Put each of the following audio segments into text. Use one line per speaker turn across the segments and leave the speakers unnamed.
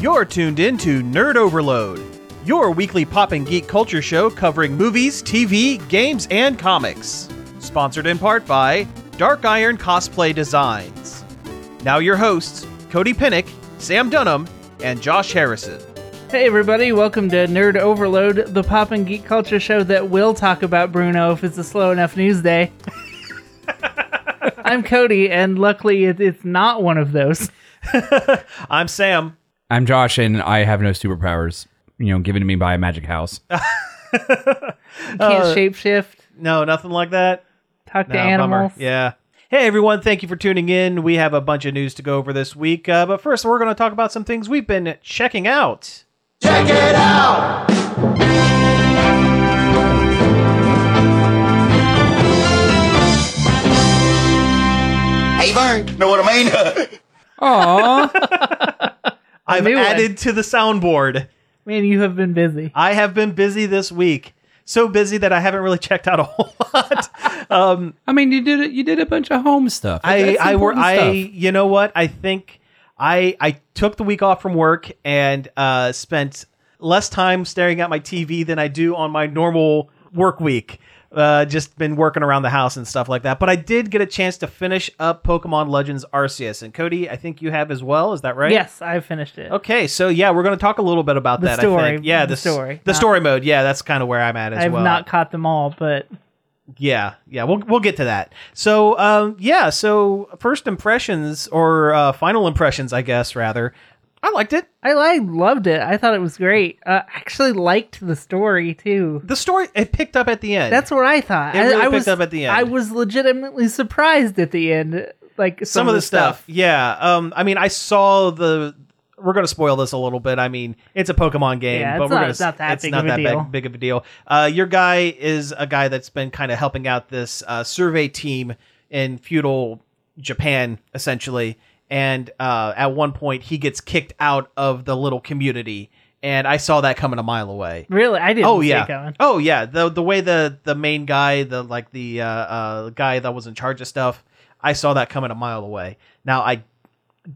You're tuned in to Nerd Overload, your weekly pop and geek culture show covering movies, TV, games, and comics. Sponsored in part by Dark Iron Cosplay Designs. Now, your hosts, Cody Pinnick, Sam Dunham, and Josh Harrison.
Hey everybody, welcome to Nerd Overload, the pop and geek culture show that will talk about Bruno if it's a slow enough news day. I'm Cody, and luckily it, it's not one of those.
I'm Sam.
I'm Josh, and I have no superpowers. You know, given to me by a magic house.
You can't
Uh,
shapeshift,
No, nothing like that.
talk to
No, bummer.
animals.
Yeah. Hey everyone, thank you for tuning in. We have a bunch of news to go over this week, uh, but first we're going to talk about some things we've been checking out.
Hey, Vern. Know what I mean?
Aww.
I've
new one.
added to the soundboard.
Man, you have been busy.
I have been busy this week. So busy that I haven't really checked out a whole lot.
I mean, you did it. You did a bunch of home stuff.
I
That's
I were
important
I
stuff.
you know what? I think I I took the week off from work and uh spent less time staring at my TV than I do on my normal work week. Uh just been working around the house and stuff like that. But I did get a chance to finish up Pokemon Legends Arceus and Cody, I think you have as well, is that right?
Yes, I finished it.
Okay, so yeah, we're going to talk a little bit about
The
that. I
story,
think. yeah,
the
s-
story,
the
not-
story mode. Yeah, that's kind of where I'm at as
I've
well.
not caught them all, but
Yeah, yeah, we'll we'll get to that. So, um, yeah, so first impressions or uh, final impressions, I guess rather. I liked it.
I, I loved it. I thought it was great. Uh, I actually liked the story too.
The story it picked up at the end.
That's what I thought.
It
I,
really
I
picked
was,
up at the end.
I was legitimately surprised at the end, like some,
some, of the stuff. Yeah. Um. I mean, I saw the. We're gonna spoil this a little bit. I mean, it's a Pokemon game,
Yeah,
but
it's
we're
not-
gonna.
it's not that
it's
big
not
of a
that
deal.
Big, big of a deal. Uh, your guy is a guy that's been kind of helping out this uh, survey team in feudal Japan, essentially. And uh, at one point, he gets kicked out of the little community, and I saw that coming a mile away.
Really, I didn't.
Oh
see
yeah.
it coming.
Oh yeah. The the way the the main guy, the like the uh, uh guy that was in charge of stuff, I saw that coming a mile away. Now I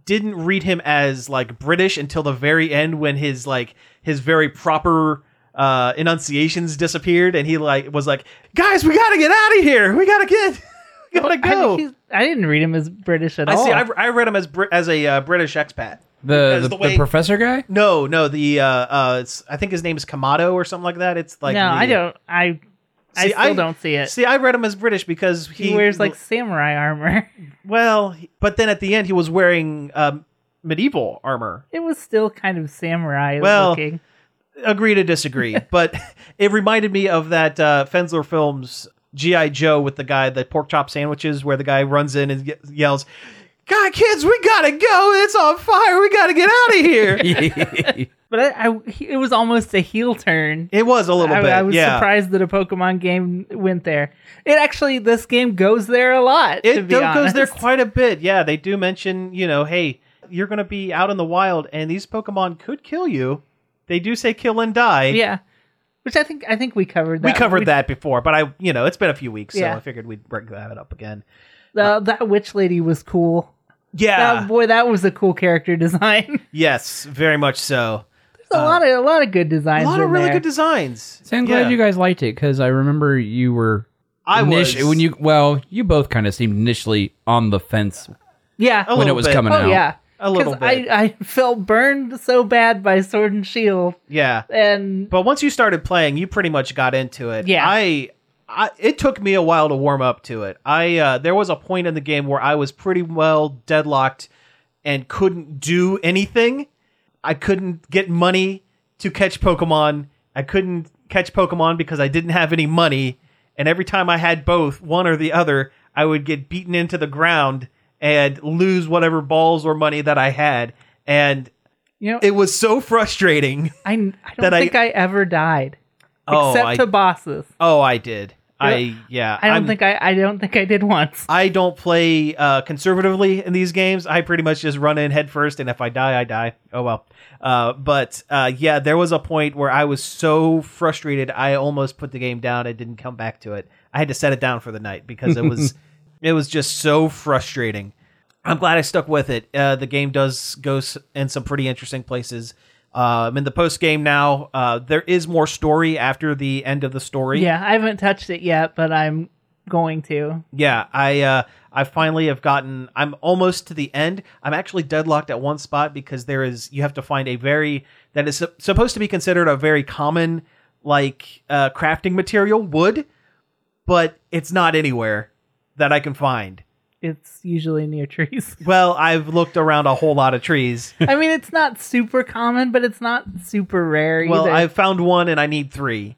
didn't read him as like British until the very end when his like his very proper uh enunciations disappeared and he like was like, "Guys, we got to get out of here. We got to get we got to
I,
go."
think he's- I didn't read him as British at
I
all.
see. I, I read him as Brit- as a uh, British expat.
the
because
the,
the
the,
way-
professor guy.
No, no. The uh, uh, it's, I think his name is Kamado or something like that. It's like
no,
the-
I don't. I I
See,
still don't see it.
See, I read him as British because
he,
he,
wears like samurai armor.
well, he- but then at the end he was wearing um, medieval armor.
it was still kind of samurai
Well,
looking.
Agree to disagree, but it reminded me of that uh, Fensler films GI Joe with the guy the pork chop sandwiches where the guy runs in and ye- yells. God, kids, we gotta go! It's on fire! We gotta get out of here!
But I, I he- it was almost a heel turn.
It was a little
I,
bit,
I was
yeah.
surprised that a Pokemon game went there. It actually, this game goes there a lot. to
It
be
do- goes there
honest.
quite a bit. Yeah, they do mention, you know, hey, you're going to be out in the wild and these Pokemon could kill you. They do say kill and die.
Yeah, which I think I think we covered.
We
That.
covered that before, but I, you know, it's been a few weeks, so
Yeah.
I figured we'd bring that up again.
Uh, that witch lady was cool.
Yeah.
That- boy, that was a cool character design.
yes, very much so.
There's a lot of a lot of good designs.
A Uh, lot of
in
really
there.
good designs.
So I'm glad
Yeah.
you guys liked it because I remember you were.
I was
init- when you well, you both kind of seemed initially on the fence
Yeah.
A
when
little
it was
bit.
coming
oh
out.
yeah.
A little
'Cause I,
bit.
I felt burned so bad by Sword and Shield,
yeah.
and
But once you started playing, you pretty much got into it.
Yeah.
I, I it took me a while to warm up to it. I uh, there was a point in the game where I was pretty well deadlocked and couldn't do anything. I couldn't get money to catch Pokemon. I couldn't catch Pokemon because I didn't have any money. And every time I had both, one or the other, I would get beaten into the ground and lose whatever balls or money that I had. And
you know,
it was so frustrating.
I I don't
that I- Oh,
think I, ever died except
I-
to bosses.
Oh, I did. I yeah.
I don't
I'm-
think I I don't think I did once.
I don't play uh, conservatively in these games. I pretty much just run in headfirst, and if I die, I die. Oh well. Uh, but uh, yeah, there was a point where I was so frustrated, I almost put the game down. I didn't come back to it. I had to set it down for the night because it was it was just so frustrating. I'm glad I stuck with it. Uh, the game does go s- in some pretty interesting places. Uh, I'm in the post game now. Uh, there is more story after the end of the story.
Yeah, I haven't touched it yet, but I'm going to.
Yeah, I uh, I finally have gotten. I'm almost to the end. I'm actually deadlocked at one spot because there is you have to find a very that is sup- supposed to be considered a very common like uh, crafting material wood, but it's not anywhere that I can find.
It's usually near trees.
Well, I've looked around a whole lot of trees.
I mean, it's not super common, but it's not super rare
Well,
either.
I found one and I need three,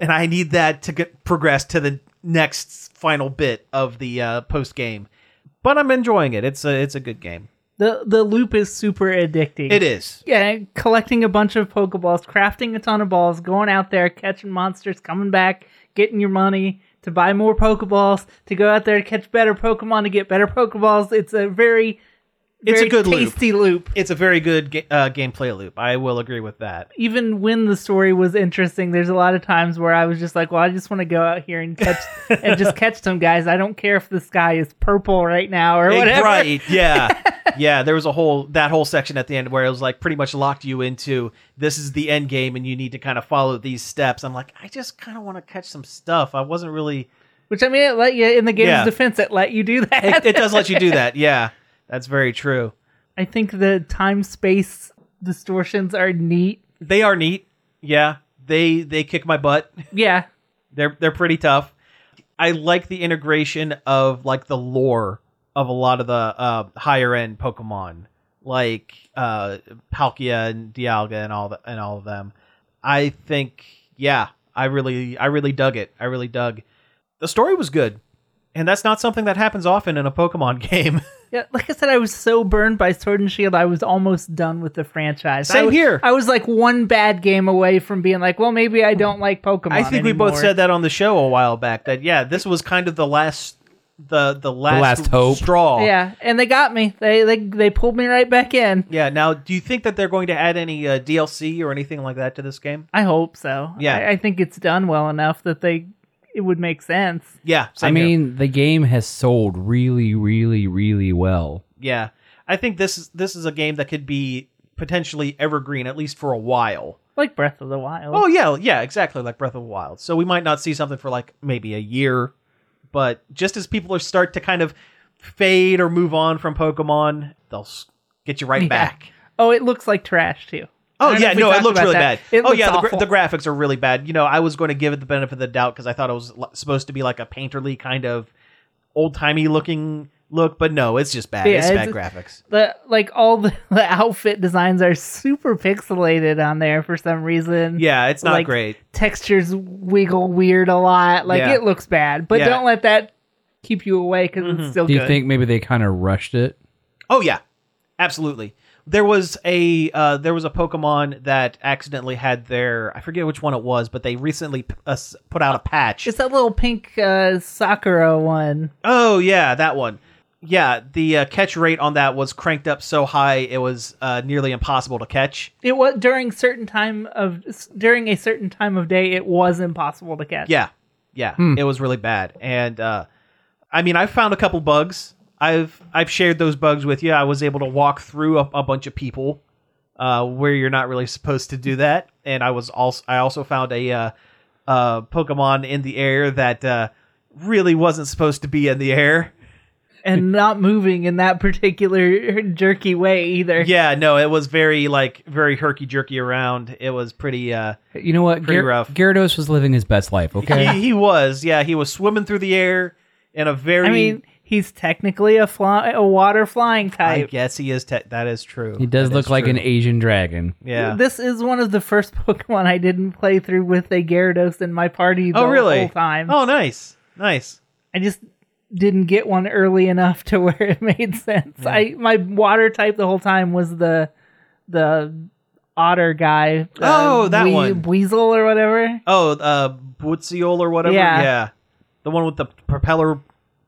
and I need that to get progress to the next final bit of the uh, post game. But I'm enjoying it. It's a it's a good game.
the the loop is super addicting.
It is.
Yeah, collecting a bunch of Pokeballs, crafting a ton of balls, going out there, catching monsters, coming back, getting your money to buy more Pokeballs, to go out there to catch better Pokemon, to get better Pokeballs. It's a very,
It's a
very
good loop.
tasty loop.
It's a very good ga- uh, gameplay loop. I will agree with that.
Even when the story was interesting, there's a lot of times where I was just like, "Well, I just want to go out here and catch and just catch some guys. I don't care if the sky is purple right now or whatever."
Right? Yeah, yeah. There was a whole that whole section at the end where it was like pretty much locked you into this is the end game and you need to kind of follow these steps. I'm like, I just kind of want to catch some stuff. I wasn't really.
Which I mean, it let you in the game's
Yeah.
defense, it let you do that.
It, it does let you do that. Yeah, that's very true.
I think the time space distortions are neat.
They are neat. Yeah, they they kick my butt.
Yeah.
They're they're pretty tough. I like the integration of like the lore of a lot of the uh, higher end Pokemon, like uh, Palkia and Dialga and all the, and all of them. I think yeah, I really I really dug it. I really dug. The story was good, and that's not something that happens often in a Pokemon game.
Yeah, like I said, I was so burned by Sword and Shield, I was almost done with the franchise. I
Same
was-
here.
I was like one bad game away from being like, well, maybe I don't like Pokemon.
I think we both
anymore.
said that on the show a while back. That yeah, this was kind of the last the the last,
last hope.
straw.
Yeah, and they got me. They they they pulled me right back in.
Yeah. Now, do you think that they're going to add any uh, DLC or anything like that to this game?
I hope so.
Yeah.
I, I think it's done well enough that they it would make sense.
Yeah.
I
same here.
mean, the game has sold really, really, really well.
yeah. I think this is this is a game that could be potentially evergreen at least for a while.
Like Breath of the Wild.
Oh yeah, yeah, exactly like Breath of the Wild. So we might not see something for like maybe a year, but just as people are start to kind of fade or move on from Pokemon, they'll s- get you right
Yeah.
back.
Oh, it looks like trash too. I
Oh
don't know
yeah,
if we
no, it
talked
looks
about
really
that.
bad.
It
oh
looks
yeah, the, gra-
awful.
the graphics are really bad. You know, I was going to give it the benefit of the doubt because I thought it was l- supposed to be like a painterly kind of old timey looking look, but no, it's just bad.
Yeah,
it's, bad
it's-
graphics.
the like all the, the outfit designs are super pixelated on there for some reason.
Yeah, it's not
like,
great.
Textures wiggle weird a lot. Like
Yeah.
it looks bad, but
Yeah. Mm-hmm.
don't let that keep you away because it's still
Do
good.
you think maybe they kind of rushed it?
Oh yeah, absolutely. There was a uh, there was a Pokemon that accidentally had their I forget which one it was, but they recently p- uh, s- put out a patch.
it's that little pink uh, Sakura one.
Oh yeah, that one. Yeah, the uh, catch rate on that was cranked up so high it was uh, nearly impossible to catch.
It was during certain time of during a certain time of day. It was impossible to catch.
Yeah, yeah,
Hmm.
it was really bad. And uh, I mean, I found a couple bugs. I've I've shared those bugs with you. I was able to walk through a, a bunch of people uh, where you're not really supposed to do that. And I was also I also found a uh, uh, Pokemon in the air that uh, really wasn't supposed to be in the air.
and not moving in that particular jerky way either.
Yeah, no, it was very like very herky jerky around. It was pretty. Uh,
You know what?
Pretty rough.
Gyarados was living his best life, okay?
he, he was yeah he was swimming through the air in a very.
I mean, he's technically a fly, a water flying
I
type.
guess he is. Te- that is true.
he does look like an Asian dragon.
Yeah.
This is one of the first Pokemon I didn't play through with a Gyarados in my party the
oh, really?
whole time.
Oh, nice, nice.
I just didn't get one early enough to where it made sense. I my water type the whole time was the the otter guy. the
Oh, that one.
Weasel or whatever.
Oh, uh, Buitziol or whatever.
Yeah.
the one with the propeller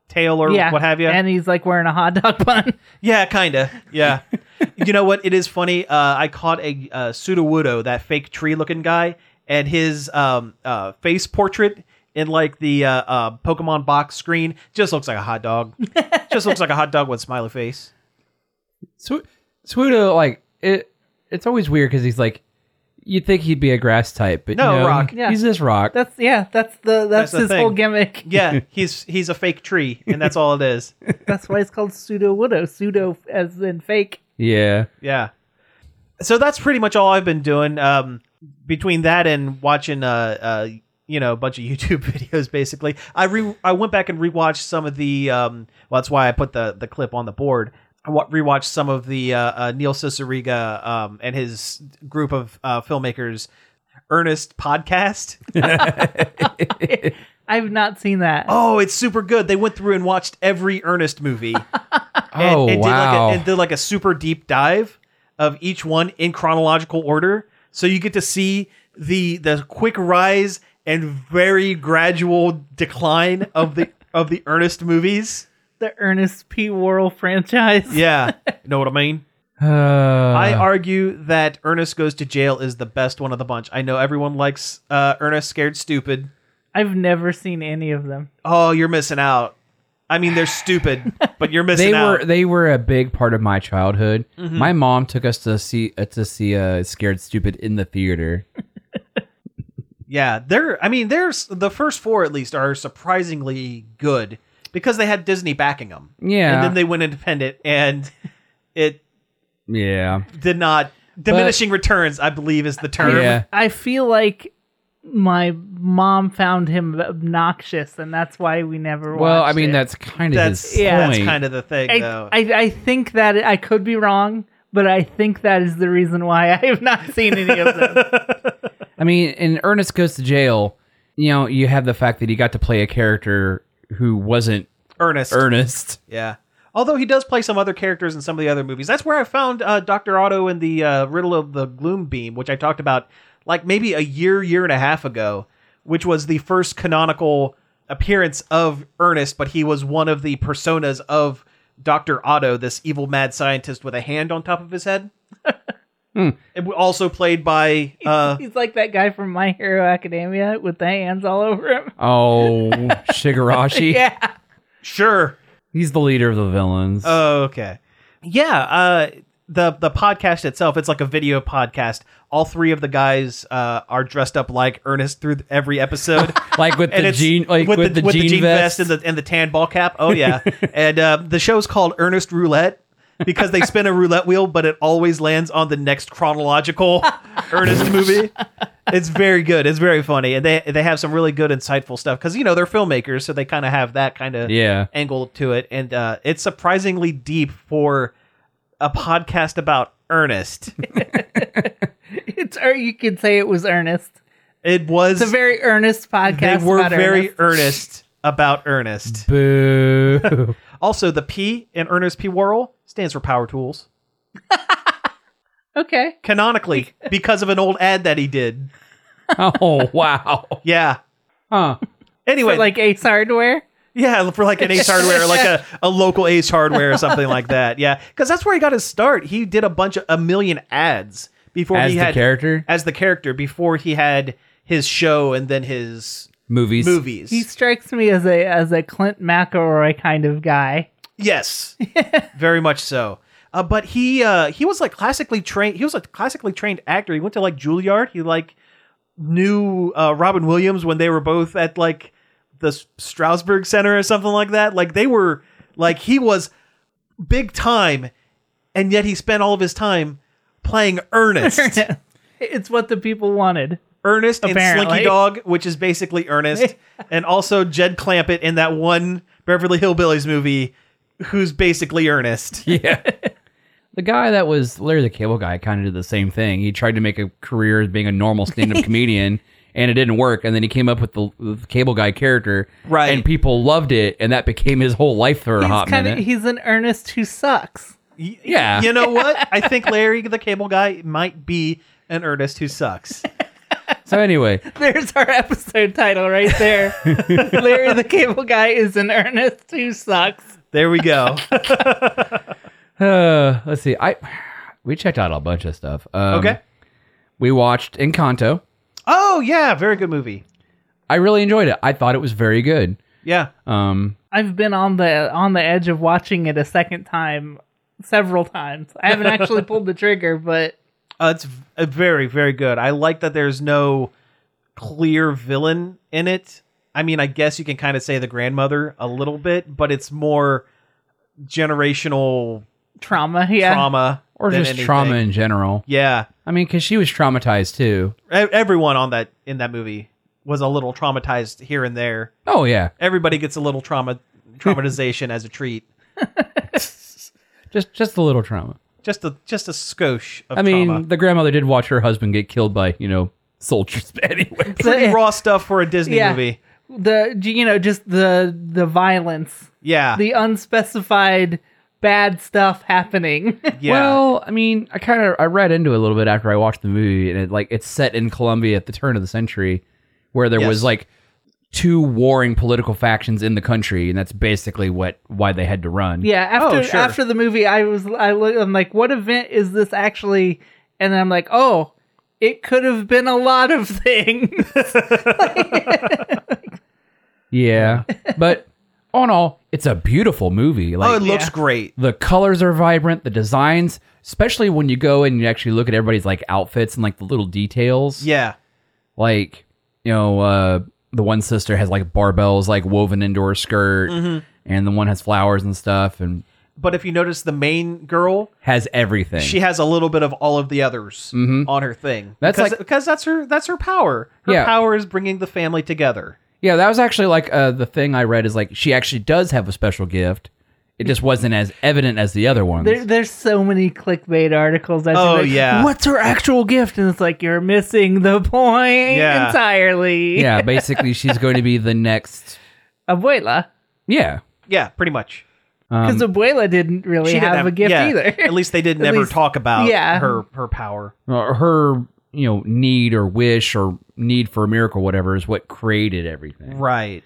tail or
yeah,
what have you.
And he's like wearing a hot dog bun.
yeah, kinda. Yeah. you know what? It is funny. Uh, I caught a uh, Sudowoodo, that fake tree-looking guy, and his um, uh, face portrait in like the uh, uh, Pokemon box screen just looks like a hot dog. just looks like a hot dog with a smiley face.
Su- Suda, like it, it's always weird because he's like, you'd think he'd be a grass type, but
No,
no,
rock.
he-
Yeah.
He's this rock.
That's yeah. That's the
That's
that's,
the
his whole
thing.
gimmick.
Yeah, he's he's a fake tree, and that's all it is.
That's why it's called pseudo widow. Pseudo as in fake.
yeah,
Yeah. So that's pretty much all I've been doing. Um, between that and watching, uh, uh, you know, a bunch of YouTube videos, basically, I re I went back and rewatched some of the. Um, well, that's why I put the the clip on the board. I wa- rewatched some of the uh, uh, Neil Cicerega um, and his group of uh, filmmakers, Ernest podcast.
I've not seen that.
Oh, it's super good. They went through and watched every Ernest movie. and,
Oh,
and did
wow.
like a, and did like a super deep dive of each one in chronological order so you get to see the the quick rise and very gradual decline of the of the earnest movies
The Ernest P. Worrell franchise.
yeah know what i mean
Uh,
i argue that ernest goes to jail is the best one of the bunch i know everyone likes uh, ernest scared stupid
I've never seen any of them.
oh you're missing out i mean they're stupid but you're missing
they
out
were they were a big part of my childhood.
Mm-hmm.
My mom took us to see uh, to see uh, Scared Stupid in the theater.
Yeah, they're. I mean, there's the first four at least are surprisingly good because they had Disney backing them.
Yeah.
and then they went independent, and it
Yeah,
did not diminishing returns. I believe is the term.
yeah.
I feel like my mom found him obnoxious, and that's why we never.
Well, I
watched
mean,
it.
that's kind of
that's
his
yeah,
yeah.
that's
point.
kind of the thing
I,
though.
I I think that I could be wrong, but I think that is the reason why I have not seen any of them.
I mean, in Ernest Goes to Jail, you know, you have the fact that he got to play a character who wasn't
Ernest.
Ernest.
Yeah. Although he does play some other characters in some of the other movies. That's where I found uh, Dr. Otto in the uh, Riddle of the Gloom Beam, which I talked about like maybe a year, year and a half ago, which was the first canonical appearance of Ernest, but he was one of the personas of Dr. Otto, this evil mad scientist with a hand on top of his head. It w- also played by uh,
He's like that guy from My Hero Academia with the hands all over him.
Oh, Shigarashi.
Yeah,
sure
He's the leader of the villains.
Oh, okay. Yeah, uh the the podcast itself, it's like a video podcast. All three of the guys uh are dressed up like Ernest through th- every episode.
like with the
it's-
gene, like with, the, gene vest.
and the and the tan ball cap. Oh yeah, and uh, the show's called Ernest Roulette because they spin a roulette wheel, but it always lands on the next chronological Ernest movie. It's very good. It's very funny, and they they have some really good insightful stuff because you know they're filmmakers, so they kind of have that kind of
Yeah.
angle to it, and uh, it's surprisingly deep for a podcast about Ernest.
it's or you could say it was Ernest.
It was
It's a very earnest
they
podcast.
were
about
very
Ernest.
earnest about Ernest.
Boo.
Also, the P in Ernest P. Worrell stands for Power Tools.
okay.
Canonically, because of an old ad that he did.
oh, wow.
Yeah.
Huh.
Anyway,
But like Ace Hardware.
yeah, for like an Ace Hardware, like a, a local Ace Hardware or something like that. Yeah, because that's where he got his start. He did a bunch of a million ads before
As
he
the
had
character?
as the character before he had his show and then his
Movies.
movies.
He strikes me as a as a Clint McElroy kind of guy.
Yes, very much so. Uh, but he uh, he was like classically trained. He was a classically trained actor. He went to like Juilliard. He like knew uh, Robin Williams when they were both at like the S- Strasbourg Center or something like that. Like they were like he was big time, and yet he spent all of his time playing Ernest,
It's what the people wanted.
Ernest, and
Apparently.
Slinky Dog, which is basically Ernest, and also Jed Clampett in that one Beverly Hillbillies movie, who's basically Ernest.
Yeah. The guy that was Larry the Cable Guy kind of did the same thing. He tried to make a career as being a normal stand-up comedian, and it didn't work. And then he came up with the, the Cable Guy character,
Right.
And people loved it, and that became his whole life for a
He's
hot
kind of
minute.
he's an Ernest who sucks.
Y-
Yeah.
You know what? I think Larry the Cable Guy might be an Ernest who sucks.
so anyway,
There's our episode title right there. Larry the Cable Guy is an Ernest who sucks.
There we go.
Um, uh, let's see. I we checked out a bunch of stuff. Um,
Okay.
we watched Encanto.
Oh yeah, very good movie.
I really enjoyed it. I thought it was very good.
Yeah. Uh,
Um,
I've been on the on the edge of watching it a second time, several times. I haven't actually pulled the trigger, but
Uh, it's v- uh, very, very good. I like that there's no clear villain in it. I mean, I guess you can kind of say the grandmother a little bit, but it's more generational
trauma. Yeah,
trauma
or
than
just
anything.
trauma in general.
Yeah,
I mean, because she was traumatized too.
E- everyone on that in that movie was a little traumatized here and there.
Oh yeah,
Everybody gets a little trauma traumatization as a treat.
just just a little trauma.
Just a just a skosh of
I mean,
trauma.
the grandmother did watch her husband get killed by you know soldiers. But anyway,
Pretty raw stuff for a Disney
Yeah.
movie.
the you know just the the violence,
Yeah.
the unspecified bad stuff happening.
yeah.
Well, I mean, I kind of I read into it a little bit after I watched the movie, and it like it's set in Colombia at the turn of the century, where there
Yes.
was like two warring political factions in the country, and that's basically what why they had to run.
yeah, after
Oh, sure.
after the movie, I was I look I'm like, what event is this actually? And I'm like, oh, it could have been a lot of things.
yeah. but all in all, it's a beautiful movie. Like
oh, it looks
yeah.
great.
the colors are vibrant, the designs, especially when you go and you actually look at everybody's like outfits and like the little details.
Yeah.
like you know uh the one sister has like barbells like woven into her skirt
Mm-hmm.
and the one has flowers and stuff and
But if you notice the main girl,
has everything
she has a little bit of all of the others on her thing.
That's
because,
like-
because that's her that's her power. Her
Yeah.
power is bringing the family together.
yeah that was actually like uh the thing i read is like she actually does have a special gift it just wasn't as evident as the other ones
There, there's so many clickbait articles. That's
Oh,
like,
yeah.
What's her actual gift? And it's like you're missing the point
Yeah.
entirely.
yeah basically she's going to be the next
Abuela,
yeah
Yeah, pretty much.
because Abuela didn't really
didn't
have a gift
yeah,
either.
At least they didn't
At
ever
least-
talk about
yeah.
her her power.
Uh, her you know need or wish or need for a miracle whatever is what created everything
Right.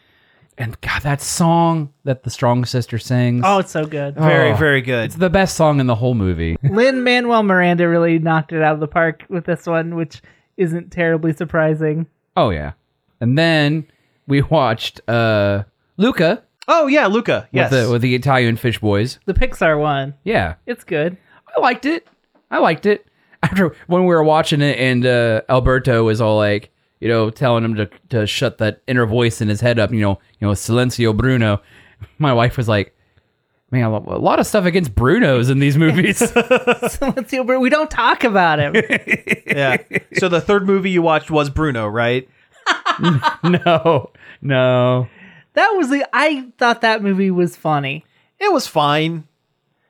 and god that song that the strong sister sings
oh, it's so good.
Very
Oh.
very good.
it's the best song in the whole movie
Lynn Manuel Miranda really knocked it out of the park with this one, which isn't terribly surprising.
Oh yeah. And then we watched uh Luca
Oh yeah, Luca. Yes.
with the with the Italian Fish Boys.
The Pixar one,
Yeah.
it's good.
I liked it. I liked it. After when we were watching it and uh Alberto was all like, you know, telling him to to shut that inner voice in his head up, you know, you know, Silencio Bruno. My wife was like, Man, a lo- a lot of stuff against Brunos in these movies.
So let's see, but we don't talk about him.
yeah. So the third movie you watched was Bruno, right?
no. No.
that was the. I thought that movie was funny.
It was fine.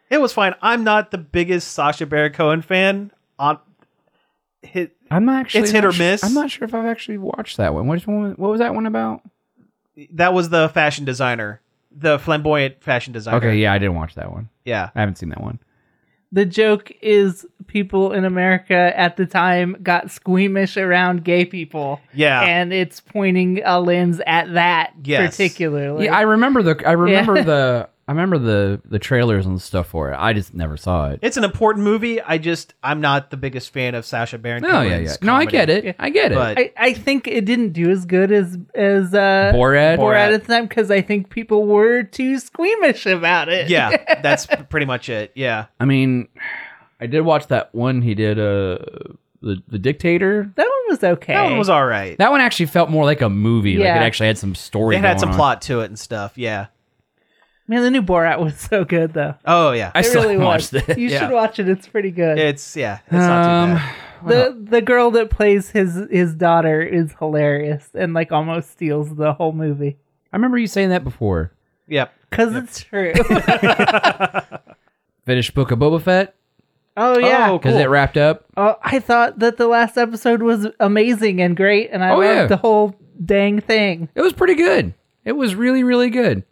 It was fine. I'm not the biggest Sasha Baron Cohen fan. On hit
I'm not actually
It's hit
not
or
su-
miss.
I'm not sure if I've actually watched that one. Which one what was that one about?
that was the fashion designer, the flamboyant fashion designer.
Okay, yeah, I didn't watch that one.
Yeah.
I haven't seen that one.
the joke is people in America at the time got squeamish around gay people.
Yeah.
And it's pointing a lens at that
Yes.
particularly.
Yeah, I remember the I remember
Yeah.
the I remember the the trailers and stuff for it. I just never saw it.
It's an important movie. I just I'm not the biggest fan of Sasha Baron
No,
Cohen's
Oh, yeah, yeah. No, I
comedy.
get it. I get it.
But-
I, I think it didn't do as good as as uh,
Borat?
Borat at the time because I think people were too squeamish about it.
Yeah, that's p- pretty much it. Yeah.
I mean, I did watch that one he did uh the, the dictator.
that one was okay.
That one was all right.
That one actually felt more like a movie.
Yeah.
Like it actually had some story.
It had
going
some
on.
plot to it and stuff. Yeah.
Man, the new Borat was so good though.
Oh yeah.
I
It
still
really
haven't watched
was.
it.
You
Yeah.
should watch it. It's pretty good.
It's yeah. It's not too
Um,
bad.
the the girl that plays his his daughter is hilarious and like almost steals the whole movie
I remember you saying that before.
Yep.
because it's true.
Finished Book of Boba Fett
oh yeah.
Oh,
Oh,
because
Cool.
it wrapped up.
I thought that the last episode was amazing and great, and I
Oh,
loved
yeah.
the whole dang thing.
It was pretty good. It was really really good.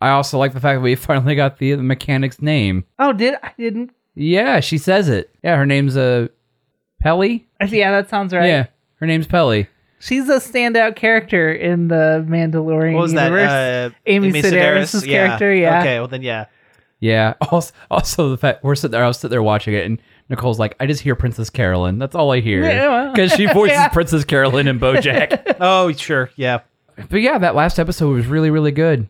I also like the fact that we finally got the, the mechanic's name.
Oh, did I didn't?
Yeah, she says it. Yeah, her name's uh Pelly.
Yeah, that sounds right.
Yeah, her name's Pelly.
She's a standout character in the Mandalorian
What was that?
universe.
Uh,
Amy Sedaris'
Yeah.
character, yeah.
Okay. Well then, yeah.
Yeah. Also, also the fact we're sitting there, I was sitting there watching it, and Nicole's like, "I just hear Princess Carolyn. That's all I hear."
Yeah, well.
Because she voices Princess Carolyn and BoJack.
Oh sure. Yeah.
But yeah, that last episode was really, really good.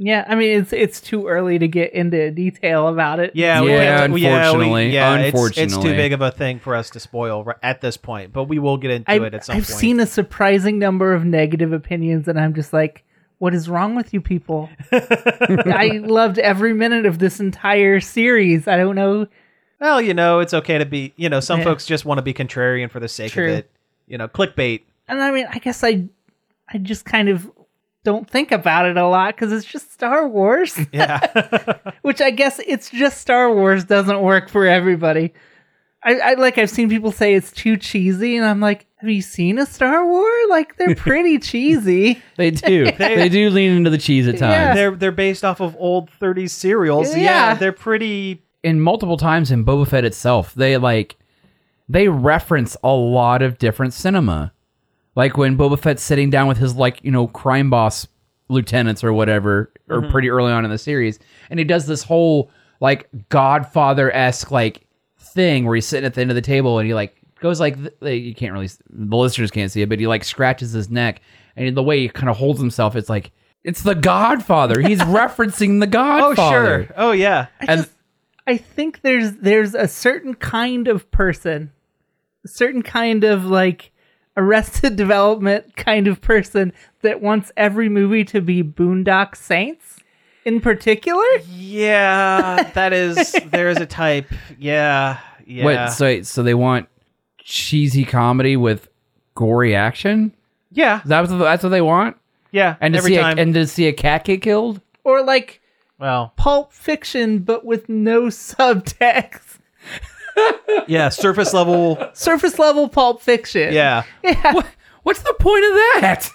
Yeah, I mean it's it's too early to get into detail about it.
Yeah,
Yeah,
can't- yeah, it's-
unfortunately.
It's,
Unfortunately.
too big of a thing for us to spoil r- at this point, but we will get into
I've,
it at some
I've
point.
seen a surprising number of negative opinions, and I'm just like, what is wrong with you people? I loved every minute of this entire series. I don't know.
well, you know, it's okay to be, you know, some
Yeah.
folks just want to be contrarian for the sake
True.
of it. You know, clickbait.
And I mean, I guess I, I just kind of don't think about it a lot because it's just Star Wars.
Yeah.
which I guess it's just Star Wars doesn't work for everybody. I, I like I've seen people say it's too cheesy, and I'm like, have you seen a Star Wars? Like they're pretty cheesy.
They do. they do lean into the cheese at times.
Yeah.
they're they're based off of old 30s serials. Yeah,
Yeah.
they're pretty
in multiple times in Boba Fett itself, they like they reference a lot of different cinema. Like when Boba Fett's sitting down with his like, you know, crime boss lieutenants or whatever, or pretty early on in the series, and he does this whole like Godfather esque like thing where he's sitting at the end of the table and he like goes like th- like, you can't really s- the listeners can't see it, but he like scratches his neck and the way he kind of holds himself, it's like it's the Godfather. He's referencing the
Oh
Godfather.
sure. Oh yeah.
And-
I think there's there's a certain kind of person, a certain kind of like arrested development kind of person that wants every movie to be Boondock Saints in particular.
Yeah, that is there is a type. Yeah. Yeah.
Wait, so so they want cheesy comedy with gory action?
yeah.
That was that's what they want.
Yeah.
And to
every
see
time.
A, and to see a cat get killed.
Or like
well,
pulp fiction but with no subtext.
yeah, surface level.
Surface level pulp fiction.
Yeah.
What, what's the point of that?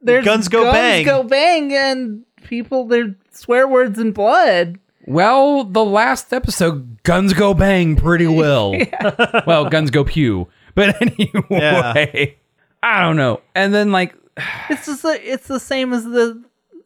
There's
Guns go bang.
go bang, and people there's swear words and blood.
Well, the last episode, guns go bang pretty well. Well, guns go pew. But anyway, I don't know. And then like
It's just a, it's the same as the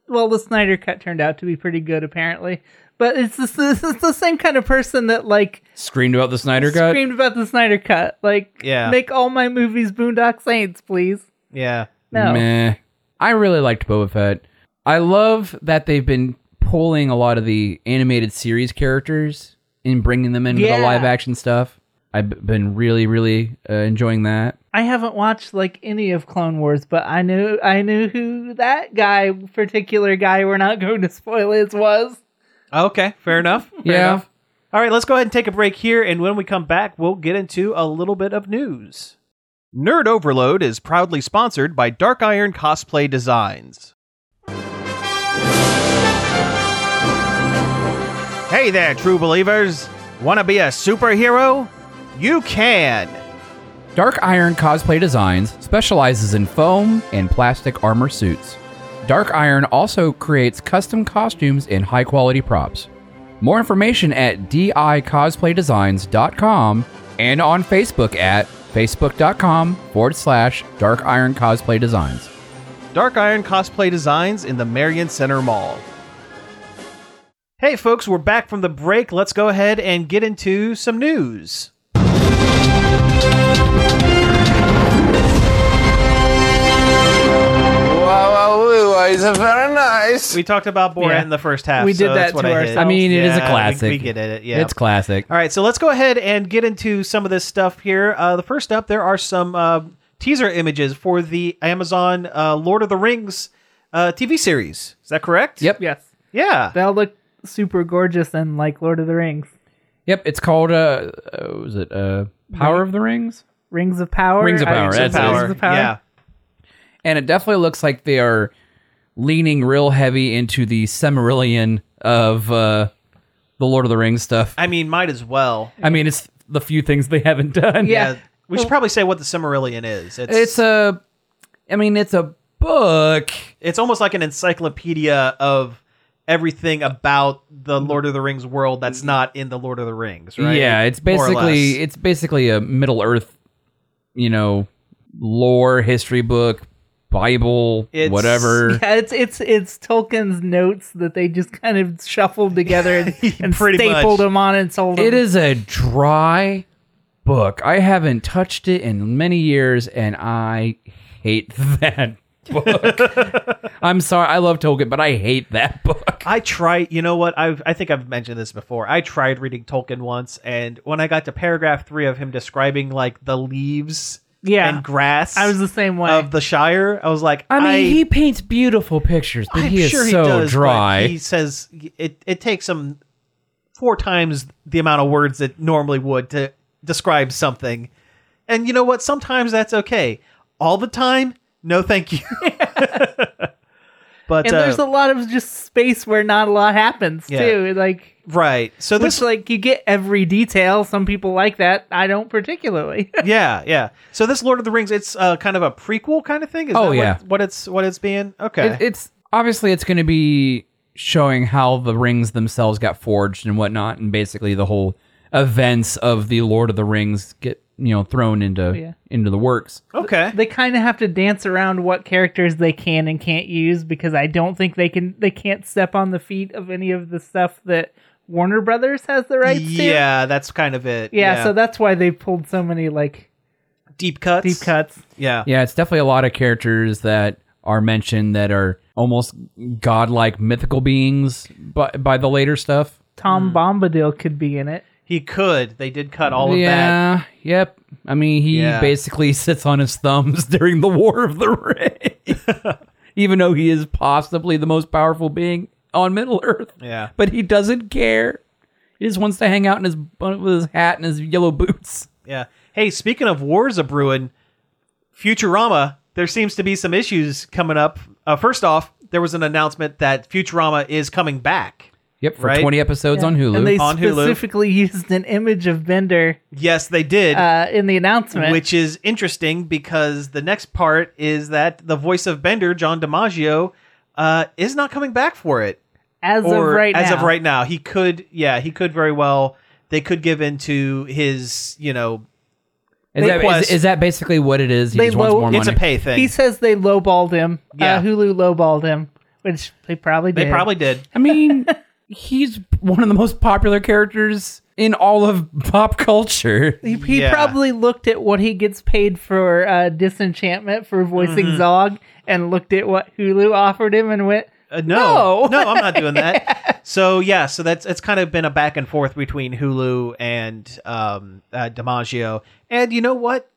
well, the Snyder cut turned out to be pretty good apparently, but it's just, it's just the same kind of person that like
screamed about the Snyder Cut.
screamed about the Snyder cut, like
Yeah.
make all my movies Boondock Saints, please.
Yeah.
No,
Meh. I really liked Boba Fett. I love that they've been pulling a lot of the animated series characters and bringing them into
Yeah.
the live action stuff. I've b- been really, really uh, enjoying that.
I haven't watched like any of Clone Wars, but I knew I knew who that guy, particular guy, we're not going to spoil his was.
Okay, fair enough. Fair
yeah.
enough. All right, let's go ahead and take a break here, and when we come back, we'll get into a little bit of news. Nerd Overload is proudly sponsored by Dark Iron Cosplay Designs. Hey there, true believers! Want to be a superhero? You can!
Dark Iron Cosplay Designs specializes in foam and plastic armor suits. Dark Iron also creates custom costumes and high quality props. More information at dicosplaydesigns.com and on Facebook at facebook.com forward slash dark iron cosplay designs.
Dark Iron Cosplay Designs in the Marion Center Mall. Hey, folks, we're back from the break. Let's go ahead and get into some news.
Wow, wow, woo, wow, it's very nice.
We talked about Borat
Yeah.
in the first half.
We did
so that's
that
what
to
I hit.
ourselves.
I mean, it is a
Yeah, we-
classic.
We, get it. Yeah.
It's classic.
All right, so let's go ahead and get into some of this stuff here. Uh, the first up, there are some uh, teaser images for the Amazon uh, Lord of the Rings uh, TV series. Is that correct?
Yep.
Yes,
Yeah.
they all look super gorgeous and like Lord of the Rings,
Yep, it's called uh, uh was it uh Power of the Rings?
Rings of Power,
Rings of
I-
Power, that's it.
Rings of Power.
Yeah.
and it definitely looks like they are leaning real heavy into the Cimmerillion of uh, the Lord of the Rings stuff.
I mean, might as well.
I mean, it's the few things they haven't done.
Yeah.
Uh, we should probably say what the Cimmerillion is. It's
it's
it's,
a. I mean, it's a book.
almost like an encyclopedia of everything about the Lord of the Rings world that's not in the Lord of the Rings, right?
Yeah, it's
More or
basically
less.
it's basically a Middle Earth, you know, lore history book, Bible,
It's-
whatever.
Yeah, it's it's it's Tolkien's notes that they just kind of shuffled together and, and
Pretty much.
stapled them on and sold them.
It is a dry book. I haven't touched it in many years, and I hate that. book. I'm sorry, I love Tolkien, but I hate that book.
I try. You know what? I've, I think I've mentioned this before. I tried reading Tolkien once, and when I got to paragraph three of him describing like the leaves,
Yeah.
and grass,
I was the same way.
of the Shire. I was like,
I mean,
I,
he paints beautiful pictures, but
I'm
he is
sure
so
he does, but
dry.
He says it it takes him four times the amount of words that normally would to describe something. And you know what? Sometimes that's okay. All the time, no, thank you. but
and
uh,
there's a lot of just space where not a lot happens
Yeah.
too. Like
right, so
which
this
like you get every detail. Some people like that. I don't particularly.
yeah, yeah. So this Lord of the Rings, it's uh, kind of a prequel kind of thing. Is
Oh,
that what-
yeah.
what, it's what it's being? Okay,
It- it's obviously it's going to be showing how the rings themselves got forged and whatnot, and basically the whole events of the Lord of the Rings get you know thrown into
yeah.
into the works.
okay.
they kind of have to dance around what characters they can and can't use because I don't think they can they can't step on the feet of any of the stuff that Warner Brothers has the rights to.
yeah, that's kind of it.
Yeah, so that's why they pulled so many like
deep cuts.
deep cuts.
Yeah.
Yeah, it's definitely a lot of characters that are mentioned that are almost godlike mythical beings by, by the later stuff.
Tom
Mm.
Bombadil could be in it.
He could. They did cut all of that.
yeah, yep. I mean, he
Yeah.
basically sits on his thumbs during the War of the Ring, even though he is possibly the most powerful being on Middle Earth.
Yeah.
but he doesn't care. He just wants to hang out in his with his hat and his yellow boots.
Yeah. Hey, speaking of wars a brewing, Futurama, there seems to be some issues coming up. Uh, first off, there was an announcement that Futurama is coming back.
Yep, for
Right.
twenty episodes on Hulu.
And they
On Hulu.
specifically used an image of Bender
Yes, they did,
uh, in the announcement.
which is interesting because the next part is that the voice of Bender, John DiMaggio, uh, is not coming back for it.
as of
or
right
as
now.
of right now, he could. Yeah, he could very well. They could give in to his, you know,
is, that,
Plus-
is, is that basically what it is? He
They
just wants
low-
more money.
it's a pay thing.
He says they lowballed him.
Yeah.
Uh, Hulu lowballed him, which they probably
they
did.
probably did.
I mean, he's one of the most popular characters in all of pop culture.
He, he
Yeah.
probably looked at what he gets paid for uh, Disenchantment for voicing
Mm-hmm.
Zog and looked at what Hulu offered him and went,
Uh, no,
No.
no, I'm not doing that. So yeah, so that's it's kind of been a back and forth between Hulu and um, uh, DiMaggio. And you know what?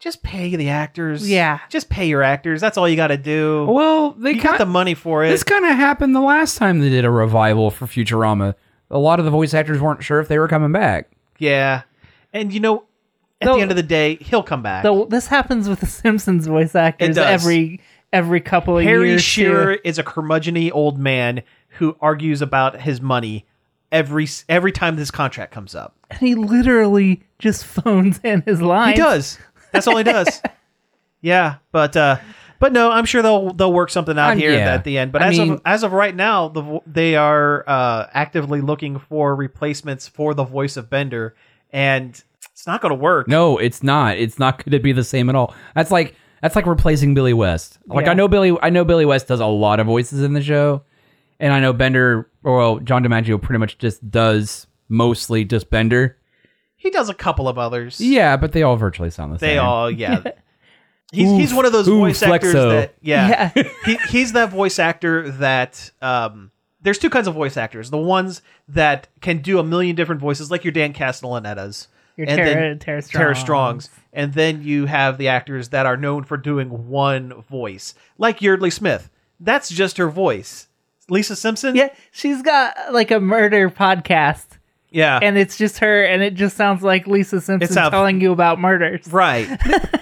Just pay the actors.
Yeah.
just pay your actors. That's all you got to do.
Well, they
you got the money for it.
This kind of happened the last time they did a revival for Futurama. A lot of the voice actors weren't sure if they were coming back.
yeah, and you know, at
They'll-
the end of the day, he'll come back.
so this happens with the Simpsons voice actors
It does.
every every couple of
Harry
years.
Shearer
too.
is a curmudgeony old man who argues about his money every s- every time this contract comes up.
And he literally just phones in his line.
He does. That's all he does. yeah, but uh, but no, I'm sure they'll they'll work something out
Um,
here
yeah.
at the end. But
I
as
mean-
of as of right now, the vo- they are uh, actively looking for replacements for the voice of Bender, and it's not going to work.
No, it's not. It's not going to be the same at all. That's like that's like replacing Billy West. Like
Yeah.
I know Billy, I know Billy West does a lot of voices in the show, and I know Bender. Well, John DiMaggio pretty much just does mostly just Bender.
He does a couple of others.
Yeah, but they all virtually sound the
they
same.
all yeah. He's,
Ooh,
he's one of those
ooh,
voice actors
Flexo.
that yeah,
Yeah.
he, he's that voice actor that um, there's two kinds of voice actors. The ones that can do a million different voices, like your Dan Castellaneta's,
Your
and
Tara-
then
Tara Strongs.
Strongs, and then you have the actors that are known for doing one voice, like Yardley Smith. That's just her voice. Lisa Simpson,
Yeah, she's got like a murder podcast,
yeah,
and it's just her, and it just sounds like Lisa Simpson
sounds-
telling you about murders.
right,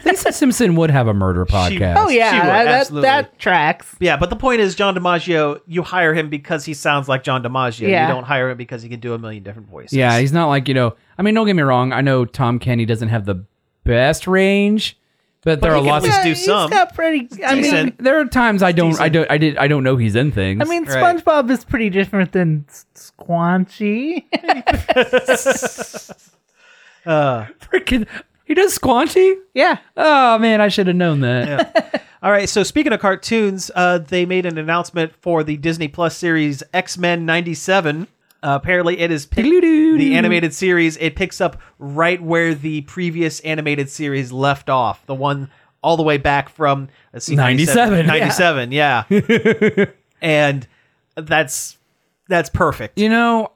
Lisa Simpson would have a murder podcast.
Oh yeah,
She would,
that- that,
absolutely.
that tracks.
yeah. But the point is, John DiMaggio, you hire him because he sounds like John DiMaggio.
Yeah.
You don't hire him because he can do a million different voices.
Yeah, he's not like you know. I mean, don't get me wrong. I know Tom Kenny doesn't have the best range, but, there
he
are
can at
lots.
least
Of,
do
he's
some.
got pretty. I mean,
Decent.
there are times I don't, I
decent.
don't, I did, I don't know he's in things.
I mean,
Right.
SpongeBob is pretty different than S- Squanchy.
freaking, he does Squanchy.
yeah,
Oh man, I should have known that.
All right. So speaking of cartoons, uh, they made an announcement for the Disney Plus series X Men '97. Uh, apparently, it is pick-
Doo-doo-doo.
the animated series. It picks up right where the previous animated series left off. The one all the way back from let's see,
97.
97, yeah. and that's that's perfect.
You know,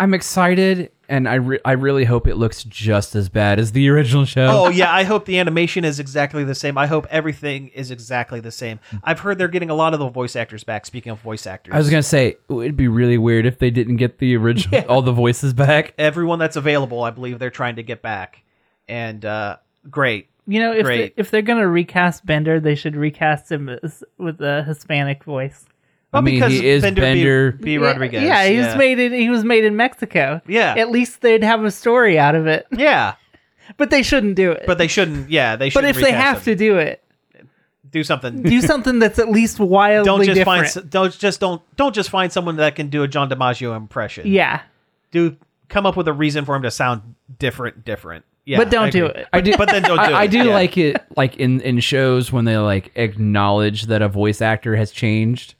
I'm excited, and I re- I really hope it looks just as bad as the original show.
Oh yeah, I hope the animation is exactly the same. I hope everything is exactly the same. I've heard they're getting a lot of the voice actors back. Speaking of voice actors,
I was gonna say it'd be really weird if they didn't get the original all the voices back.
everyone that's available, I believe they're trying to get back. And uh great.
You know, if they,
Great.
if they're gonna recast Bender, they should recast him as, with a Hispanic voice.
I mean,
because
he is
Bender
Bender.
B- B.
Yeah,
Rodriguez.
Yeah, he was made in he was made in Mexico.
Yeah.
at least they'd have a story out of it.
Yeah,
But they shouldn't do it.
but they shouldn't. Yeah, they should.
but if they have to do it,
do something,
do something that's at least wildly
don't just
different.
find find. Don't just don't don't just find someone that can do a John DiMaggio impression.
yeah,
do come up with a reason for him to sound different. Different. Yeah,
but don't
I
do
agree.
it.
I do,
But then don't do
I, I
it,
do
Oh, yeah.
like it, like in in shows when they like acknowledge that a voice actor has changed.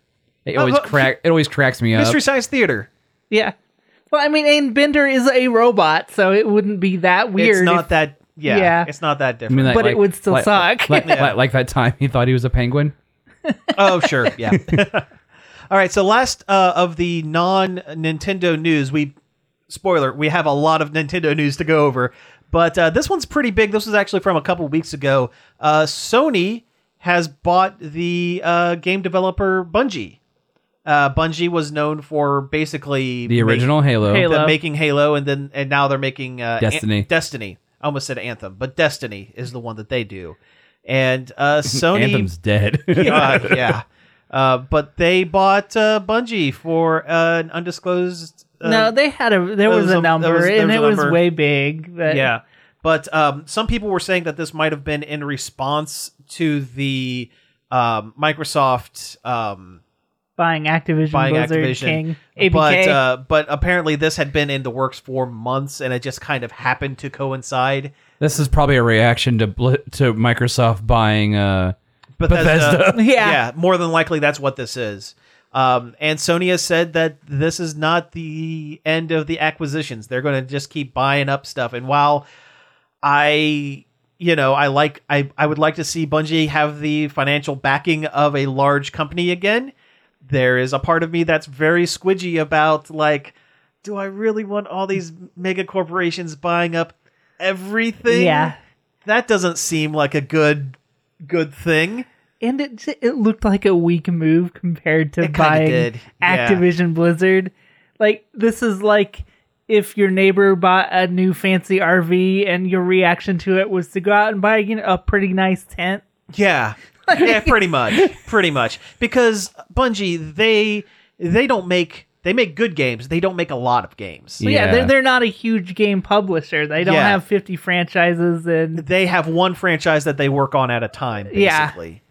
It always
Oh, look,
crack. It always cracks me up.
Mystery Science Theater.
Yeah. Well, I mean, and Bender is a robot, so it wouldn't be that weird.
It's not
if-
that. Yeah,
Yeah.
it's not that
I
different.
mean, like-
but it
like-
would still
like-
suck.
Like, like, like that time he thought he was a penguin.
oh, sure. Yeah. All right. So last uh, of the non Nintendo news, we spoiler we have a lot of Nintendo news to go over, but uh, this one's pretty big. This was actually from a couple weeks ago. Uh, Sony has bought the uh, game developer Bungie. Uh, Bungie was known for basically
The
ma-
original Halo.
Halo.
the making Halo, and then and now they're making uh,
Destiny.
An- Destiny. I almost said Anthem, but Destiny is the one that they do. And uh, Sony
Anthem's dead.
God, yeah. Uh, but they bought uh, Bungie for uh, an undisclosed. Uh,
no, they had a there
that
was,
was a- that
a number,
was- there
and
was
it
a
was
number.
way big. But
yeah. But um, some people were saying that this might have been in response to the um, Microsoft um,
buying Activision,
buying
Blizzard,
Activision.
King, ABK.
But uh, but apparently this had been in the works for months, and it just kind of happened to coincide.
this is probably a reaction to Bli- to Microsoft buying uh, Bethesda.
yeah.
uh, yeah, more than likely that's what this is. Um, and Sony has said that this is not the end of the acquisitions. They're going to just keep buying up stuff. And while I, you know, I like, I, I would like to see Bungie have the financial backing of a large company again. There is a part of me that's very squidgy about like, do I really want all these mega corporations buying up everything?
Yeah.
that doesn't seem like a good, good thing.
and it j- it looked like a weak move compared to
kinda
buying
did, yeah.
Activision Blizzard. Like this is like if your neighbor bought a new fancy RV and your reaction to it was to go out and buy you know, a pretty nice tent.
Yeah. yeah, pretty much. Pretty much. Because Bungie, they they don't make they make good games. They don't make a lot of games.
But yeah,
Yeah.
they're, they're not a huge game publisher. They don't
Yeah.
have 50 franchises and
They have one franchise that they work on at a time,
Yeah.
basically.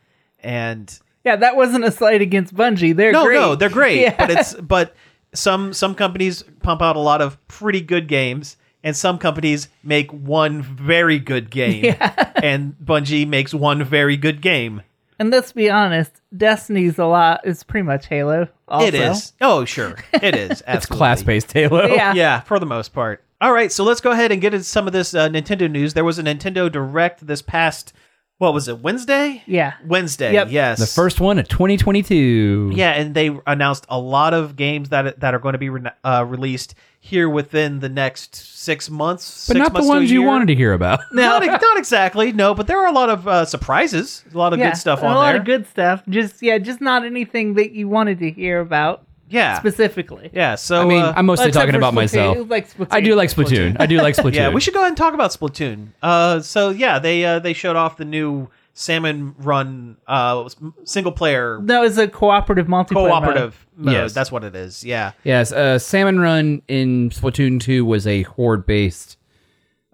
And
yeah, that wasn't a slight against Bungie. They're
no,
great.
no, they're great.
Yeah.
But it's but some some companies pump out a lot of pretty good games, and some companies make one very good game. And Bungie makes one very good game.
and let's be honest, Destiny's a lot is pretty much Halo also.
It is. Oh, sure. It is.
It's class based Halo.
Yeah.
yeah, for the most part. All right, so let's go ahead and get into some of this uh, Nintendo news. There was a Nintendo Direct this past, what was it, Wednesday?
Yeah.
Wednesday,
Yep.
yes.
The first one of 2022.
Yeah, and they announced a lot of games that that are going to be re- uh, released here within the next six months.
but not the ones you wanted to hear about.
Not, ex- not exactly, no, but there are a lot of uh, surprises, a lot of
Yeah,
good stuff
a
on
lot
there.
of good stuff. Just yeah, just not anything that you wanted to hear about
yeah.
specifically.
yeah, so.
I mean,
uh,
I'm mostly
Except
talking
for
about
Splatoon-
myself.
Like
I do like Splatoon. I do like Splatoon.
Yeah, we should go ahead and talk about Splatoon. Uh, so yeah, they uh, they showed off the new Salmon Run uh, single player
No, it's a cooperative multiplayer. mode.
cooperative mode.
Yes.
That's what it is. Yeah,
Yes, uh, Salmon Run in Splatoon 2 was a horde based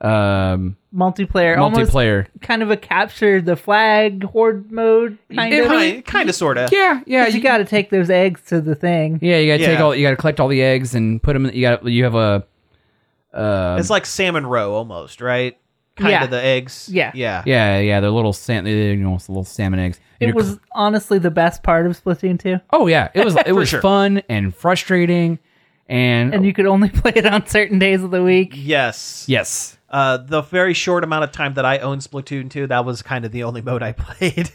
um,
multiplayer, almost
multiplayer.
kind of a capture the flag horde mode kind
It
of.
kind, kind of, sort of.
Yeah, yeah,
'Cause you got to take those eggs to the thing.
yeah. You gotta take
Yeah.
all. You gotta collect all the eggs and put them. In, you got. You have a. Uh,
It's like Salmon Row almost, right? Kind
Yeah.
of the eggs.
Yeah.
yeah,
yeah, yeah. They're little sand. You know, little salmon eggs. And
It
you're
was honestly the best part of Splatoon 2,
Oh yeah, it was it was
sure.
fun and frustrating, and,
Oh.
and you could only play it on certain days of the week.
Yes.
yes,
Uh, the very short amount of time that I owned Splatoon 2, that was kind of the only mode I played.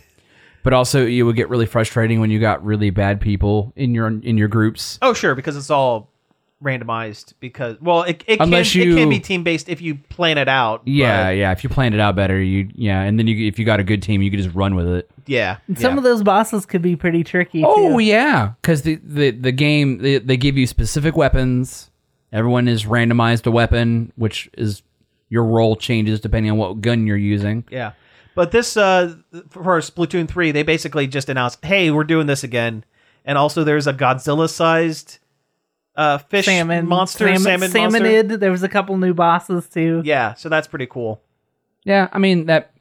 But also, it would get really frustrating when you got really bad people in your in your groups.
oh, sure, because it's all randomized. Because well, it it,
Unless
can, it
you-
can be team based if you plan it out.
Yeah, yeah. If you planned it out better, you yeah, and then you if you got a good team, you could just run with it.
but yeah,
Some
yeah.
of those bosses could be pretty tricky.
Oh
too.
yeah, because the, the the game they, they give you specific weapons. Everyone is randomized a weapon, which is your role changes depending on what gun you're using.
Yeah. But this uh for Splatoon 3, they basically just announced, "Hey, we're doing this again." And also there's a Godzilla-sized uh fish
salmon
monster salmon, monster.
salmonid. There was a couple new bosses too.
Yeah, so that's pretty cool.
Yeah, I mean that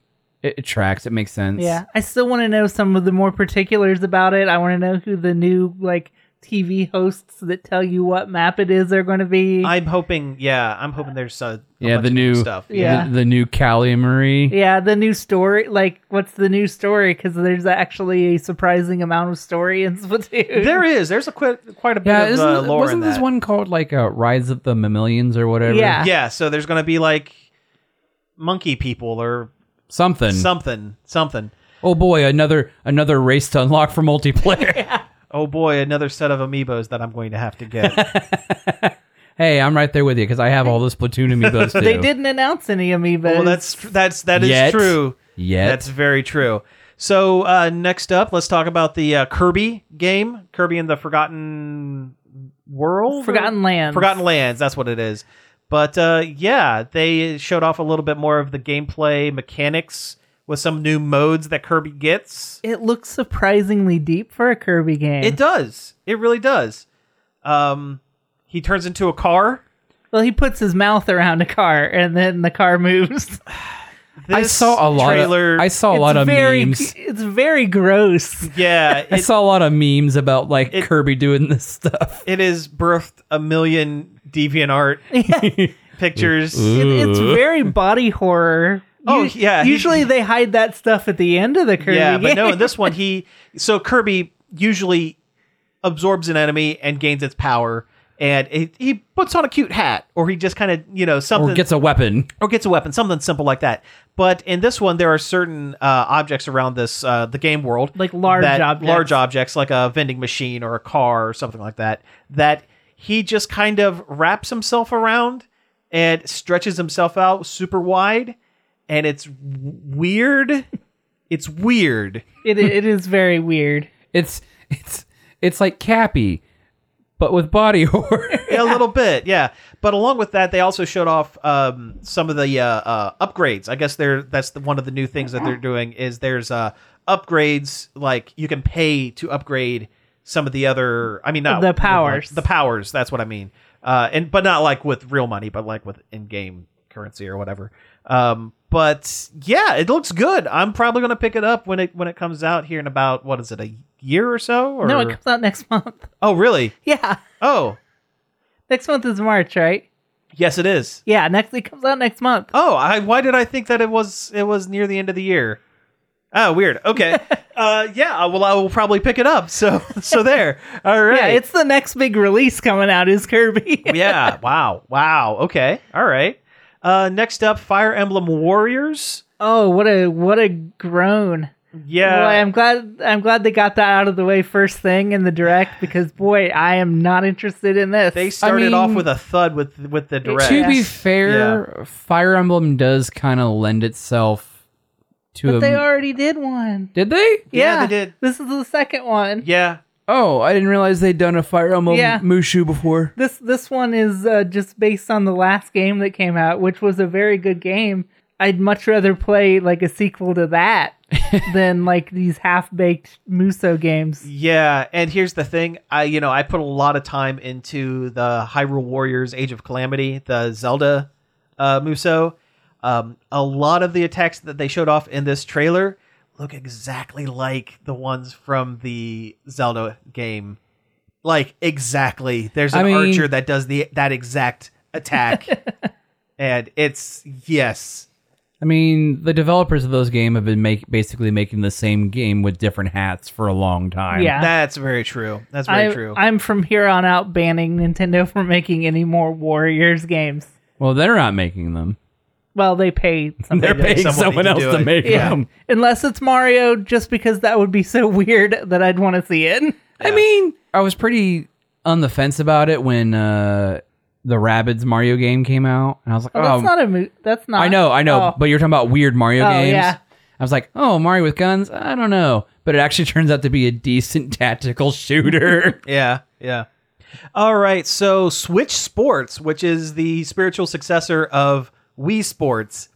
it, it tracks. It makes sense.
Yeah, I still want to know some of the more particulars about it. I want to know who the new like TV hosts that tell you what map it is they're going to be.
I'm hoping yeah, I'm hoping there's uh, a
yeah.
bunch
The
of
new
stuff.
the- the, new Callie Marie.
yeah, the new story. Like, what's the new story? Because there's actually a surprising amount of story in Splatoon.
There is. There's a quite quite a bit
Yeah,
of
isn't,
uh, lore
wasn't
in
this
that.
one called like uh, Rise of the Mammalians or whatever?
Yeah.
Yeah, so there's going to be like monkey people or
something.
something, something.
oh boy, another another race to unlock for multiplayer.
Oh boy, another set of amiibos that I'm going to have to get.
Hey, I'm right there with you because I have all the Splatoon amiibos too.
they didn't announce any amiibos.
well, that's that's that is
Yet.
true.
Yet.
That's very true. So uh, next up, let's talk about the uh, Kirby game, Kirby and the Forgotten World,
Forgotten Lands.
Forgotten Lands. That's what it is. But uh, yeah, they showed off a little bit more of the gameplay mechanics with some new modes that Kirby gets.
It looks surprisingly deep for a Kirby game.
It does. It really does. Um, he turns into a car.
well, he puts his mouth around a car, and then the car moves.
This
I saw a lot
trailer.
of I saw a lot of
very,
memes.
It's very gross.
yeah,
I
it,
saw a lot of memes about like
it-
Kirby doing this stuff.
it is birthed a million deviant art pictures.
It- it's very body horror.
Oh,
U-
yeah, he-
Usually they hide that stuff at the end of the Kirby
Yeah, but no,
game.
in this one he so Kirby usually absorbs an enemy and gains its power, and it, he puts on a cute hat, or he just kind of you know something
Or gets a weapon.
or gets a weapon, something simple like that. But in this one, there are certain uh, objects around this uh, the game world,
Like large
that-
objects.
large objects like a vending machine or a car or something like that. That he just kind of wraps himself around and stretches himself out super wide, and it's w- weird. It's weird.
It, it is very weird.
It's it's it's like Cappy, but with body horror.
a little bit, yeah. But along with that, they also showed off um, some of the uh, uh, upgrades. I guess they're that's the, one of the new things that they're doing is there's uh, upgrades like you can pay to upgrade some of the other. I mean, not
The powers.
the powers. That's what I mean. Uh, and but not like with real money, but like with in-game currency or whatever. Um, but yeah, it looks good. I'm probably gonna pick it up when it when it comes out here in about what is it a year or so? Or
No, it comes out next month.
oh really?
Yeah,
Oh
next month is March, right?
yes, it is.
Yeah, next it comes out next month.
Oh, I why did I think that it was it was near the end of the year? Oh, weird. Okay. uh yeah, well I will probably pick it up. So so there. All right.
Yeah, it's the next big release coming out is Kirby.
yeah, wow. Wow. Okay. All right. Uh next up Fire Emblem Warriors.
oh, what a what a groan. Boy,
Yeah.
I'm glad I'm glad they got that out of the way first thing in the direct because boy, I am not interested in this.
they started
mean-
off with a thud with with the direct.
To be
Yes.
fair, Fire Emblem does kind of lend itself to a.
but they already did one.
did they?
Yeah, they did.
This is the second one.
yeah.
Oh, I didn't realize they'd done a Fire Emblem
Yeah.
Mushu before.
This this one is uh, just based on the last game that came out, which was a very good game. I'd much rather play like a sequel to that than like these half baked Muso games.
Yeah, and here's the thing. I you know, I put a lot of time into the Hyrule Warriors Age of Calamity, the Zelda uh Muso. Um a lot of the attacks that they showed off in this trailer look exactly like the ones from the Zelda game. Like exactly. There's an
I mean-
archer that does the that exact attack. and it's yes.
I mean, the developers of those game have been make, basically making the same game with different hats for a long time.
Yeah.
That's very true. That's very true.
I, am from here on out banning Nintendo from making any more Warriors games.
Well, they're not making them.
Well, they pay something.
They're paying
somebody
someone
to
else
do
to
it.
make
Yeah.
them.
Unless it's Mario, just because that would be so weird that I'd want to see it.
I mean, I was pretty on the fence about it when uh, the Rabbids Mario game came out, and I was like,
Oh,
"Oh,
that's not a mo- that's not.
I know, I know."
oh.
But you're talking about weird Mario
Oh,
games.
yeah.
I was like, "Oh, Mario with guns? I don't know." But it actually turns out to be a decent tactical shooter.
Yeah, yeah. All right, so Switch Sports, which is the spiritual successor of Wii Sports,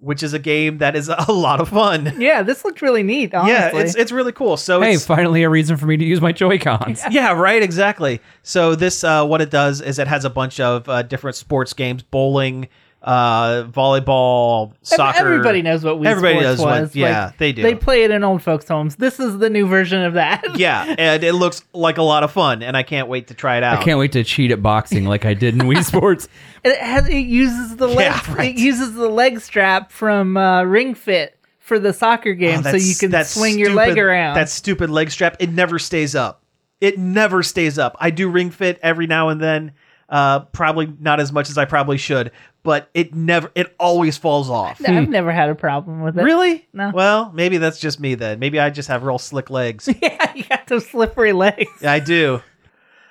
which is a game that is a lot of fun.
yeah, this looked really neat. Honestly,
Yeah, it's it's really cool. So
hey,
it's,
finally a reason for me to use my Joy Cons.
yeah, right, exactly. So this uh, what it does is it has a bunch of uh, different sports games: bowling, uh, volleyball,
Ev-
soccer.
Everybody knows what Wii
Everybody
Sports
knows what-
was.
yeah, they do.
They play it in old folks' homes. This is the new version of that.
Yeah, and it looks like a lot of fun, and I can't wait to try it out.
I can't wait to cheat at boxing like I did in Wii Sports.
It has it uses the leg
Yeah, right.
it uses the leg strap from uh, Ring Fit for the soccer
Oh,
game, so
that's-
you can
that
swing your
stupid-
leg around.
That stupid leg strap, it never stays up. It never stays up. I do ring fit every now and then, uh, probably not as much as I probably should, but it never, it always falls off.
I've never had a problem with it.
Hmm. Really?
No.
Well, maybe that's just me then. Maybe I just have real slick legs.
Yeah, you got those slippery legs.
I do.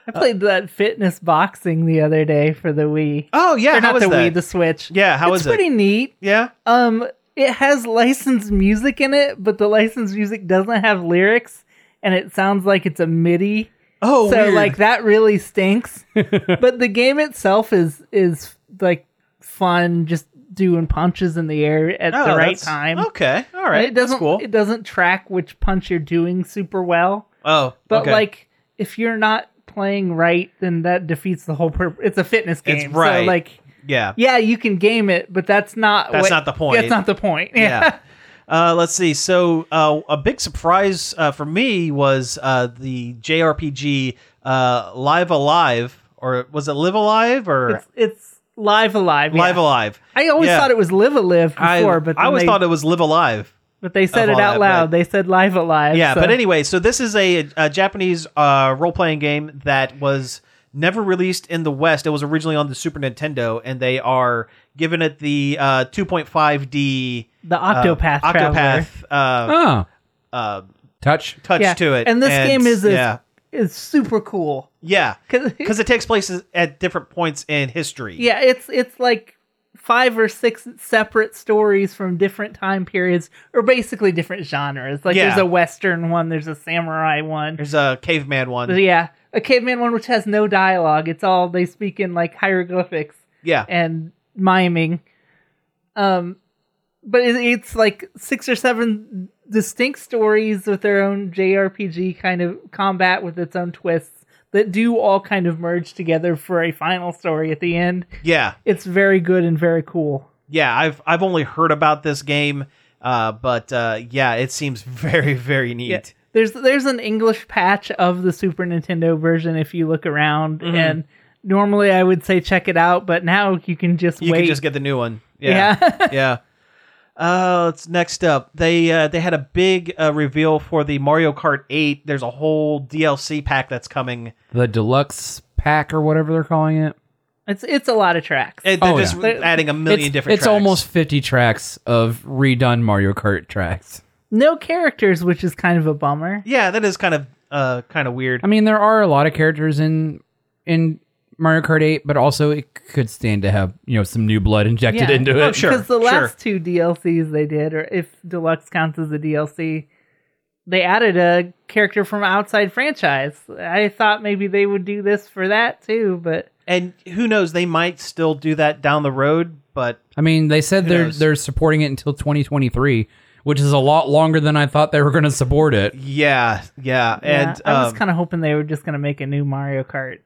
I played that fitness boxing the other day for the Wii.
Oh yeah,
Or
how
not
is
the
that?
Wii, the Switch.
Yeah, how
it's
is it?
pretty neat.
yeah.
Um, it has licensed music in it, but the licensed music doesn't have lyrics, and it sounds like it's a MIDI.
Oh,
so
weird.
like that really stinks. but the game itself is is like fun, just doing punches in the air at
Oh,
the right
that's-
time.
Okay, all
And
right.
It doesn't
that's cool.
it doesn't track which punch you're doing super well.
oh,
But
okay.
like, if you're not playing right, then that defeats the whole purpose. It's a fitness game,
It's right.
So like,
yeah,
yeah, you can game it, but that's not
That's
what-
not the point.
That's not the point.
yeah. Uh, let's see. So uh, a big surprise uh, for me was uh, the JRPG uh, Live Alive, or was it Live Alive or
it's, it's live alive.
Live
yeah.
Alive?
I always
Yeah.
thought it was live alive before,
I,
but
I
then
always
they,
thought it was Live Alive.
but they said
of all
it out
that,
loud.
but-
They said live alive.
Yeah,
so-
but anyway, so this is a, a Japanese uh, role playing game that was never released in the West. It was originally on the Super Nintendo, and they are giving it the uh, 2.5D
the
uh,
Octopath Traveler.
Octopath uh,
Oh,
uh,
touch.
touch
Yeah.
to it.
And this game is is,
yeah,
is super cool.
yeah.
'Cause-
because it takes place at different points in history.
yeah, it's it's like five or six separate stories from different time periods or basically different genres. Like
Yeah.
there's a western one, there's a samurai one.
There's a caveman one.
But yeah, a caveman one which has no dialogue. It's all they speak in like hieroglyphics.
yeah.
and miming. Um, but it, it's like six or seven distinct stories with their own JRPG kind of combat with its own twists that do all kind of merge together for a final story at the end.
yeah.
It's very good and very cool.
Yeah. I've I've only heard about this game, uh, but uh, yeah, it seems very very neat.
Yeah. There's there's an English patch of the Super Nintendo version if you look around
Mm-hmm.
and normally I would say check it out, but now you can just
You
wait.
can just get the new one. Yeah.
yeah.
yeah. Uh, it's next up. They uh, they had a big uh, reveal for the Mario Kart 8. There's a whole DLC pack that's coming.
The deluxe pack or whatever they're calling it.
it's it's a lot of tracks.
It, they're
Oh,
just
yeah.
adding a million
it's,
different.
it's
tracks.
almost 50 tracks of redone mario kart tracks
no characters, which is kind of a bummer.
yeah. That is kind of uh kind of weird.
i mean there are a lot of characters in in mario kart 8 but also it could stand to have you know some new blood injected
Yeah.
into it
Oh, sure.
Because the
sure.
last two DLCs they did, or if Deluxe counts as a DLC, they added a character from outside franchise. I thought maybe they would do this for that too, but
and who knows? They might still do that down the road, but
i mean they said they're
knows?
they're supporting it until 2023 which is a lot longer than i thought they were going to support it
Yeah, yeah,
yeah,
and
I was
um,
kind of hoping they were just going to make a new Mario Kart.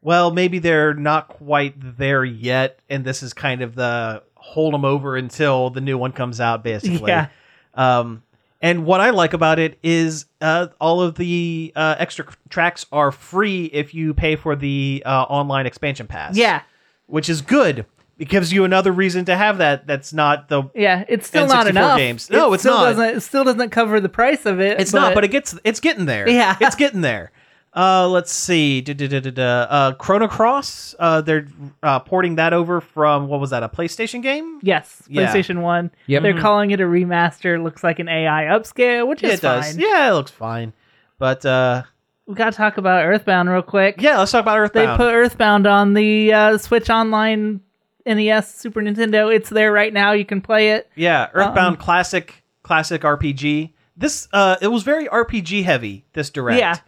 well, maybe they're not quite there yet, and this is kind of the hold them over until the new one comes out, basically.
Yeah.
Um, and what I like about it is uh, all of the uh, extra tracks are free if you pay for the uh, online expansion pass.
Yeah,
which is good. It gives you another reason to have that. That's not the.
yeah, it's still
N64
not enough.
games. No,
it
it's
still
not.
Doesn't, it still doesn't cover the price of it.
It's not, but it gets. It's getting there.
Yeah.
it's getting there. Uh, let's see. Da, da, da, da, da. Uh, Chrono Cross. Uh, they're uh, porting that over from what was that? A PlayStation game?
Yes,
Yeah.
PlayStation One.
Yep.
They're calling it a remaster. Looks like an AI upscale, which is
it does.
fine.
Yeah, it looks fine. But uh,
We gotta talk about Earthbound real quick.
yeah, let's talk about
They
Earthbound.
put Earthbound on the uh, Switch Online, NES, Super Nintendo. It's there right now. You can play it.
yeah, Earthbound classic classic RPG. This uh, it was very RPG heavy. This direct,
Yeah.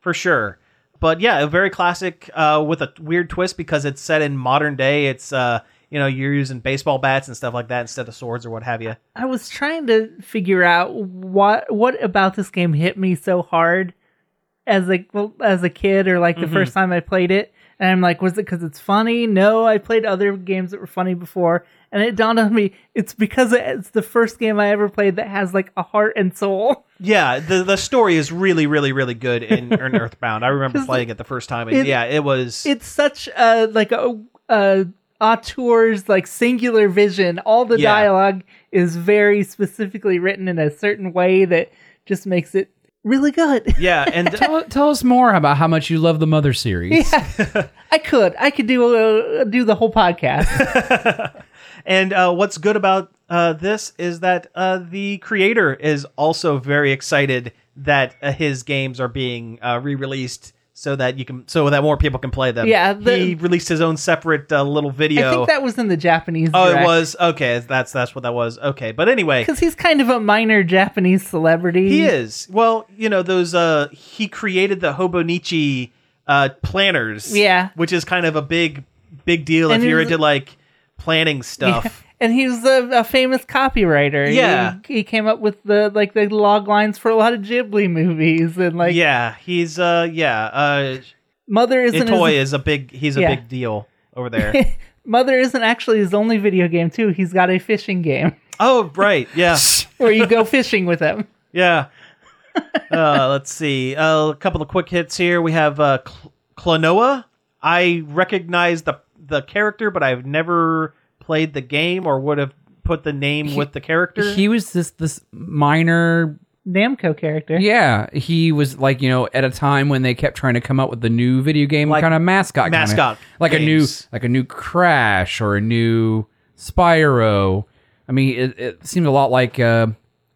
for sure. But yeah, a very classic uh, with a weird twist because it's set in modern day. It's uh, you know, you're using baseball bats and stuff like that instead of swords or what have you.
I was trying to figure out what what about this game hit me so hard as a well, as a kid or like the first time I played it. And I'm like, was it because it's funny? No, I played other games that were funny before, and it dawned on me it's because it's the first game I ever played that has like a heart and soul.
Yeah, the the story is really, really, really good in, in Earthbound. I remember playing it the first time, and
it-
yeah, it was.
It's such a like a, a auteur's like singular vision. All the
Yeah.
dialogue is very specifically written in a certain way that just makes it really good.
yeah, and
Tell, tell us more about how much you love the Mother series.
I could. I could do uh, do the whole podcast.
and uh, what's good about uh, this is that uh, the creator is also very excited that uh, his games are being uh, re-released so that you can so that more people can play them.
Yeah, the-
he released his own separate uh, little video.
I think that was in the Japanese.
oh, it was okay. That's that's what that was. Okay, but anyway,
because he's kind of a minor Japanese celebrity.
He is. Well, you know, those uh he created the Hobonichi uh planners.
Yeah.
Which is kind of a big big deal
And
if you're
it was-
into like planning stuff.
and he was a, a famous copywriter. He-
Yeah.
he, came up with the like the log lines for a lot of Ghibli movies, and
Yeah,
like
he's uh yeah, uh
Mother isn't
Itoy
his,
is a big he's a
Yeah.
big deal over there.
Mother isn't actually his only video game too. He's got a fishing game
oh, right. Yeah.
where you go fishing with him.
Yeah. uh, let's see. Uh, a couple of quick hits here. We have uh, Cl- Klonoa. I recognize the the character, but I've never played the game or would have put the name with the character.
he was this this minor
Namco character.
yeah he was like you know at a time when they kept trying to come up with the new video game
Like
kind of mascot kinda-
mascot
like
games.
a new like a new crash or a new spyro i mean it, it seemed a lot like uh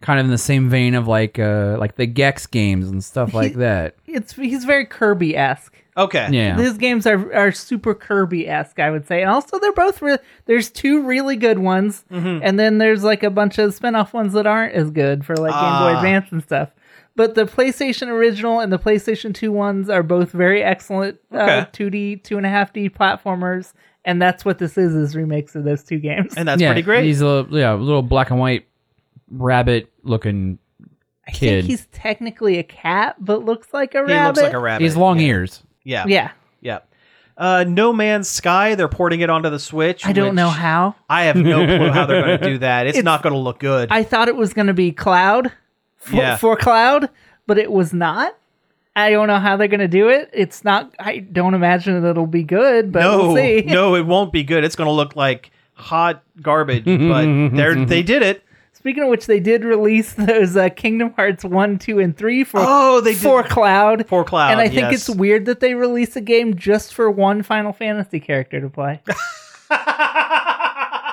kind of in the same vein of like uh like the gex games and stuff like that
It's he's very Kirby esque.
okay.
yeah
These games are are super Kirby esque, I would say, and also they're both re- there's two really good ones, and then there's like a bunch of spin off ones that aren't as good for like Game Boy
Ah.
Advance and stuff. But the PlayStation original and the PlayStation Two ones are both very excellent uh,
Okay.
two D two and a half D platformers, and that's what this is is remakes of those two games.
And that's
yeah,
pretty great.
he's a little, yeah little black and white rabbit looking
I
kid
think he's technically a cat, but looks like a
he
rabbit.
looks like a rabbit.
he's long
yeah.
ears
Yeah. Yeah.
Yeah,
Uh, no Man's Sky. They're porting it onto the Switch.
I don't
which
know how.
I have no clue how they're going to do that. It's, not going to look good.
I thought it was going to be cloud for,
Yeah.
for cloud, but it was not. I don't know how they're going to do it. It's not. I don't imagine that it'll be good, but
no,
we'll see.
no, it won't be good. It's going to look like hot garbage. but they they did it.
Speaking of which, they did release those uh, Kingdom Hearts one, two, and three for
Oh, they did-
for cloud.
For Cloud,
and I think
yes.
it's weird that they release a game just for one Final Fantasy character to play.
Uh,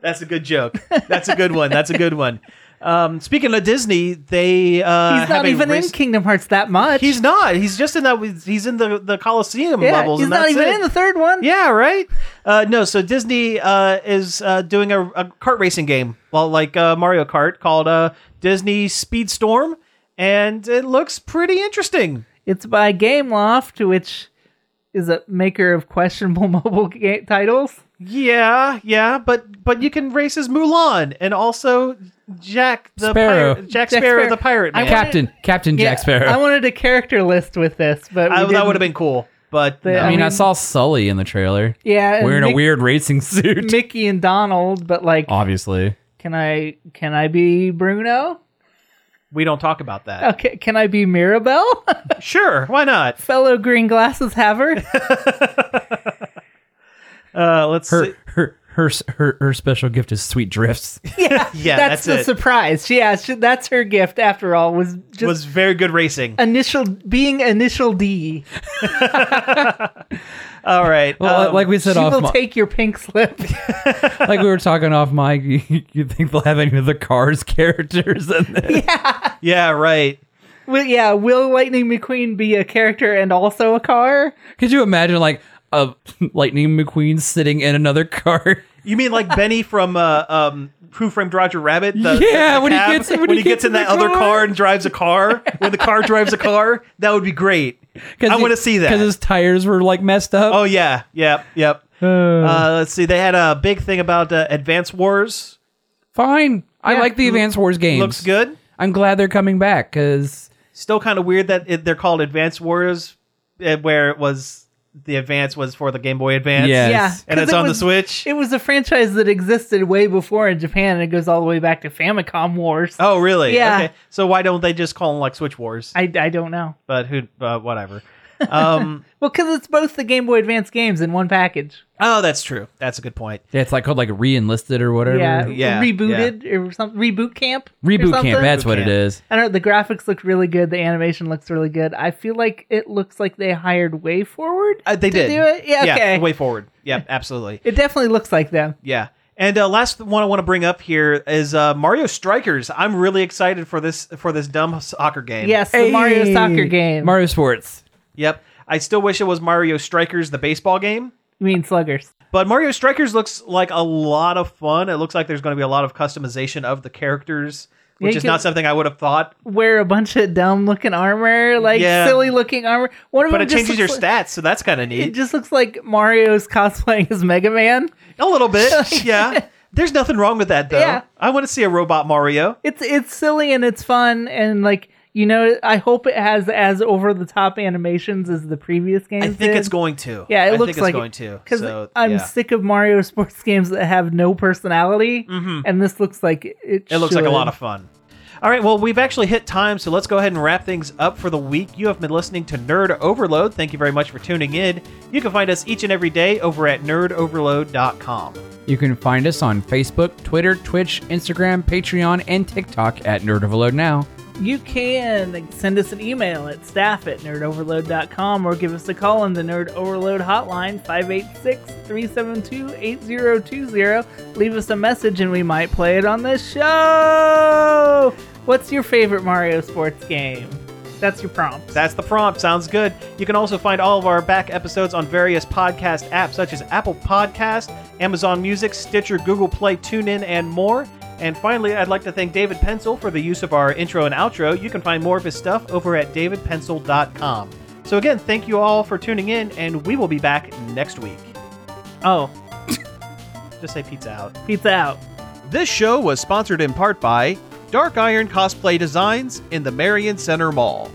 That's a good joke. That's a good one. That's a good one. Um, speaking of Disney, they uh, have
He's not
a
even
race-
in Kingdom Hearts that much.
He's not. He's just in that. He's in the the Coliseum
yeah,
levels.
he's
and
not
that's
even
it.
in the third one.
Yeah, right. Uh, no, so Disney uh, is uh, doing a, a kart racing game, well, like uh, Mario Kart, called uh, Disney Speedstorm, and it looks pretty interesting.
It's by Gameloft, which is a maker of questionable mobile game titles.
Yeah, yeah, but but you can race as Mulan and also Jack the
Sparrow.
Pirate, Jack
Jack
Sparrow,
Sparrow.
the Pirate
I
Man.
wanted-
captain captain jack sparrow
I wanted a character list with this, but we
I- that
didn't.
would have been cool, but
The-
no.
I mean, I
mean-
saw Sully in the trailer.
Yeah, and
wearing
Mick-
a weird racing suit.
Mickey and Donald. But like,
Obviously,
can I can I be Bruno?
we don't talk about that.
Okay, can I be Mirabelle?
Sure, why not?
Fellow green glasses haver.
Uh, let's see.
her her her s- her her special gift is sweet drifts.
Yeah,
Yeah, that's
that's, the
it.
surprise. Yeah, she, that's her gift after all. Was just
was very good racing.
initial being initial D.
All right.
Well,
um,
like we said
she
off,
will
mi-
take your pink slip.
like we were talking off, Mike. You, you think they'll have any of the Cars characters in there?
yeah, right.
Will, yeah, will Lightning McQueen be a character and also a car?
Could you imagine like a Lightning McQueen sitting in another car?
You mean like Benny from uh, um, Who Framed Roger Rabbit? The-
Yeah,
the
when he
cab?
gets- when he gets
in
in
that
the
other
car.
car and drives a car, when the car drives a car, that would be great. I want to see that.
because his tires were like messed up.
Oh yeah, yep, yep. Uh, let's see. They had a big thing about uh, Advance Wars.
Fine, I
Yeah.
like the Advance Wars games.
Looks good.
I'm glad they're coming back because
Still kind of weird that it, they're called Advance Wars, uh, where it was the Advance was for the Game Boy Advance.
Yeah.
Yeah,
Yes.
And
'cause
it's
it
on the
was-
Switch?
It was a franchise that existed way before in Japan, and it goes all the way back to Famicom Wars.
Oh really?
Yeah.
Okay. So why don't they just call them like Switch Wars?
I, I don't know.
but who? Uh, whatever. Um,
Well, because it's both the Game Boy Advance games in one package.
oh, that's true. That's a good point.
yeah, it's like called like re-enlisted or whatever.
Yeah,
Yeah,
rebooted or something. Reboot camp. or
Reboot
something?
camp. That's what
Reboot
it is.
I don't know. The graphics look really good. The animation looks really good. I feel like it looks like they hired Way Forward.
Uh, they
to
did.
do it. Yeah, okay.
Way forward. Yeah. Absolutely.
It definitely looks like them.
Yeah. And uh, last one I want to bring up here is uh, Mario Strikers. I'm really excited for this for this dumb soccer game.
Yes, the Mario soccer game.
Mario Sports.
Yep. I still wish it was Mario Strikers, the baseball game.
you mean Sluggers?
But Mario Strikers looks like a lot of fun. It looks like there's going to be a lot of customization of the characters, which
you
is
can-
not something I would have thought.
Wear a bunch of dumb looking armor, like
Yeah.
silly looking armor. One of
But
them
it changes
just
your
looks like-
stats, so that's kind of
It
neat.
just looks like Mario's cosplaying as Mega Man.
A little bit, yeah. There's nothing wrong with that though.
Yeah.
I want to see a robot Mario.
It's it's silly and it's fun and like you know I hope it has as over the top animations as the previous game.
I think it's going to.
Yeah,
I
it
think
looks
it's
like
going to.
Because
So,
I'm
yeah.
sick of Mario sports games that have no personality, and this looks like it.
Mm-hmm. It looks like a
should.
lot of fun. All right, well, we've actually hit time, so let's go ahead and wrap things up for the week. You have been listening to Nerd Overload. Thank you very much for tuning in. You can find us each and every day over at nerdoverload.com.
You can find us on Facebook, Twitter, Twitch, Instagram, Patreon, and TikTok at Nerd Overload Now.
You can send us an email at staff at nerdoverload.com or give us a call on the Nerd Overload hotline 586-372-8020. Leave us a message and we might play it on the show. What's your favorite Mario sports game? That's your prompt.
That's the prompt. Sounds good. You can also find all of our back episodes on various podcast apps such as Apple Podcast, Amazon Music, Stitcher, Google Play, TuneIn, and more. And finally, I'd like to thank David Pencil for the use of our intro and outro. You can find more of his stuff over at davidpencil.com. So again, thank you all for tuning in, and we will be back next week.
Oh,
Just say pizza out.
pizza out.
This show was sponsored in part by Dark Iron Cosplay Designs in the Marion Center Mall.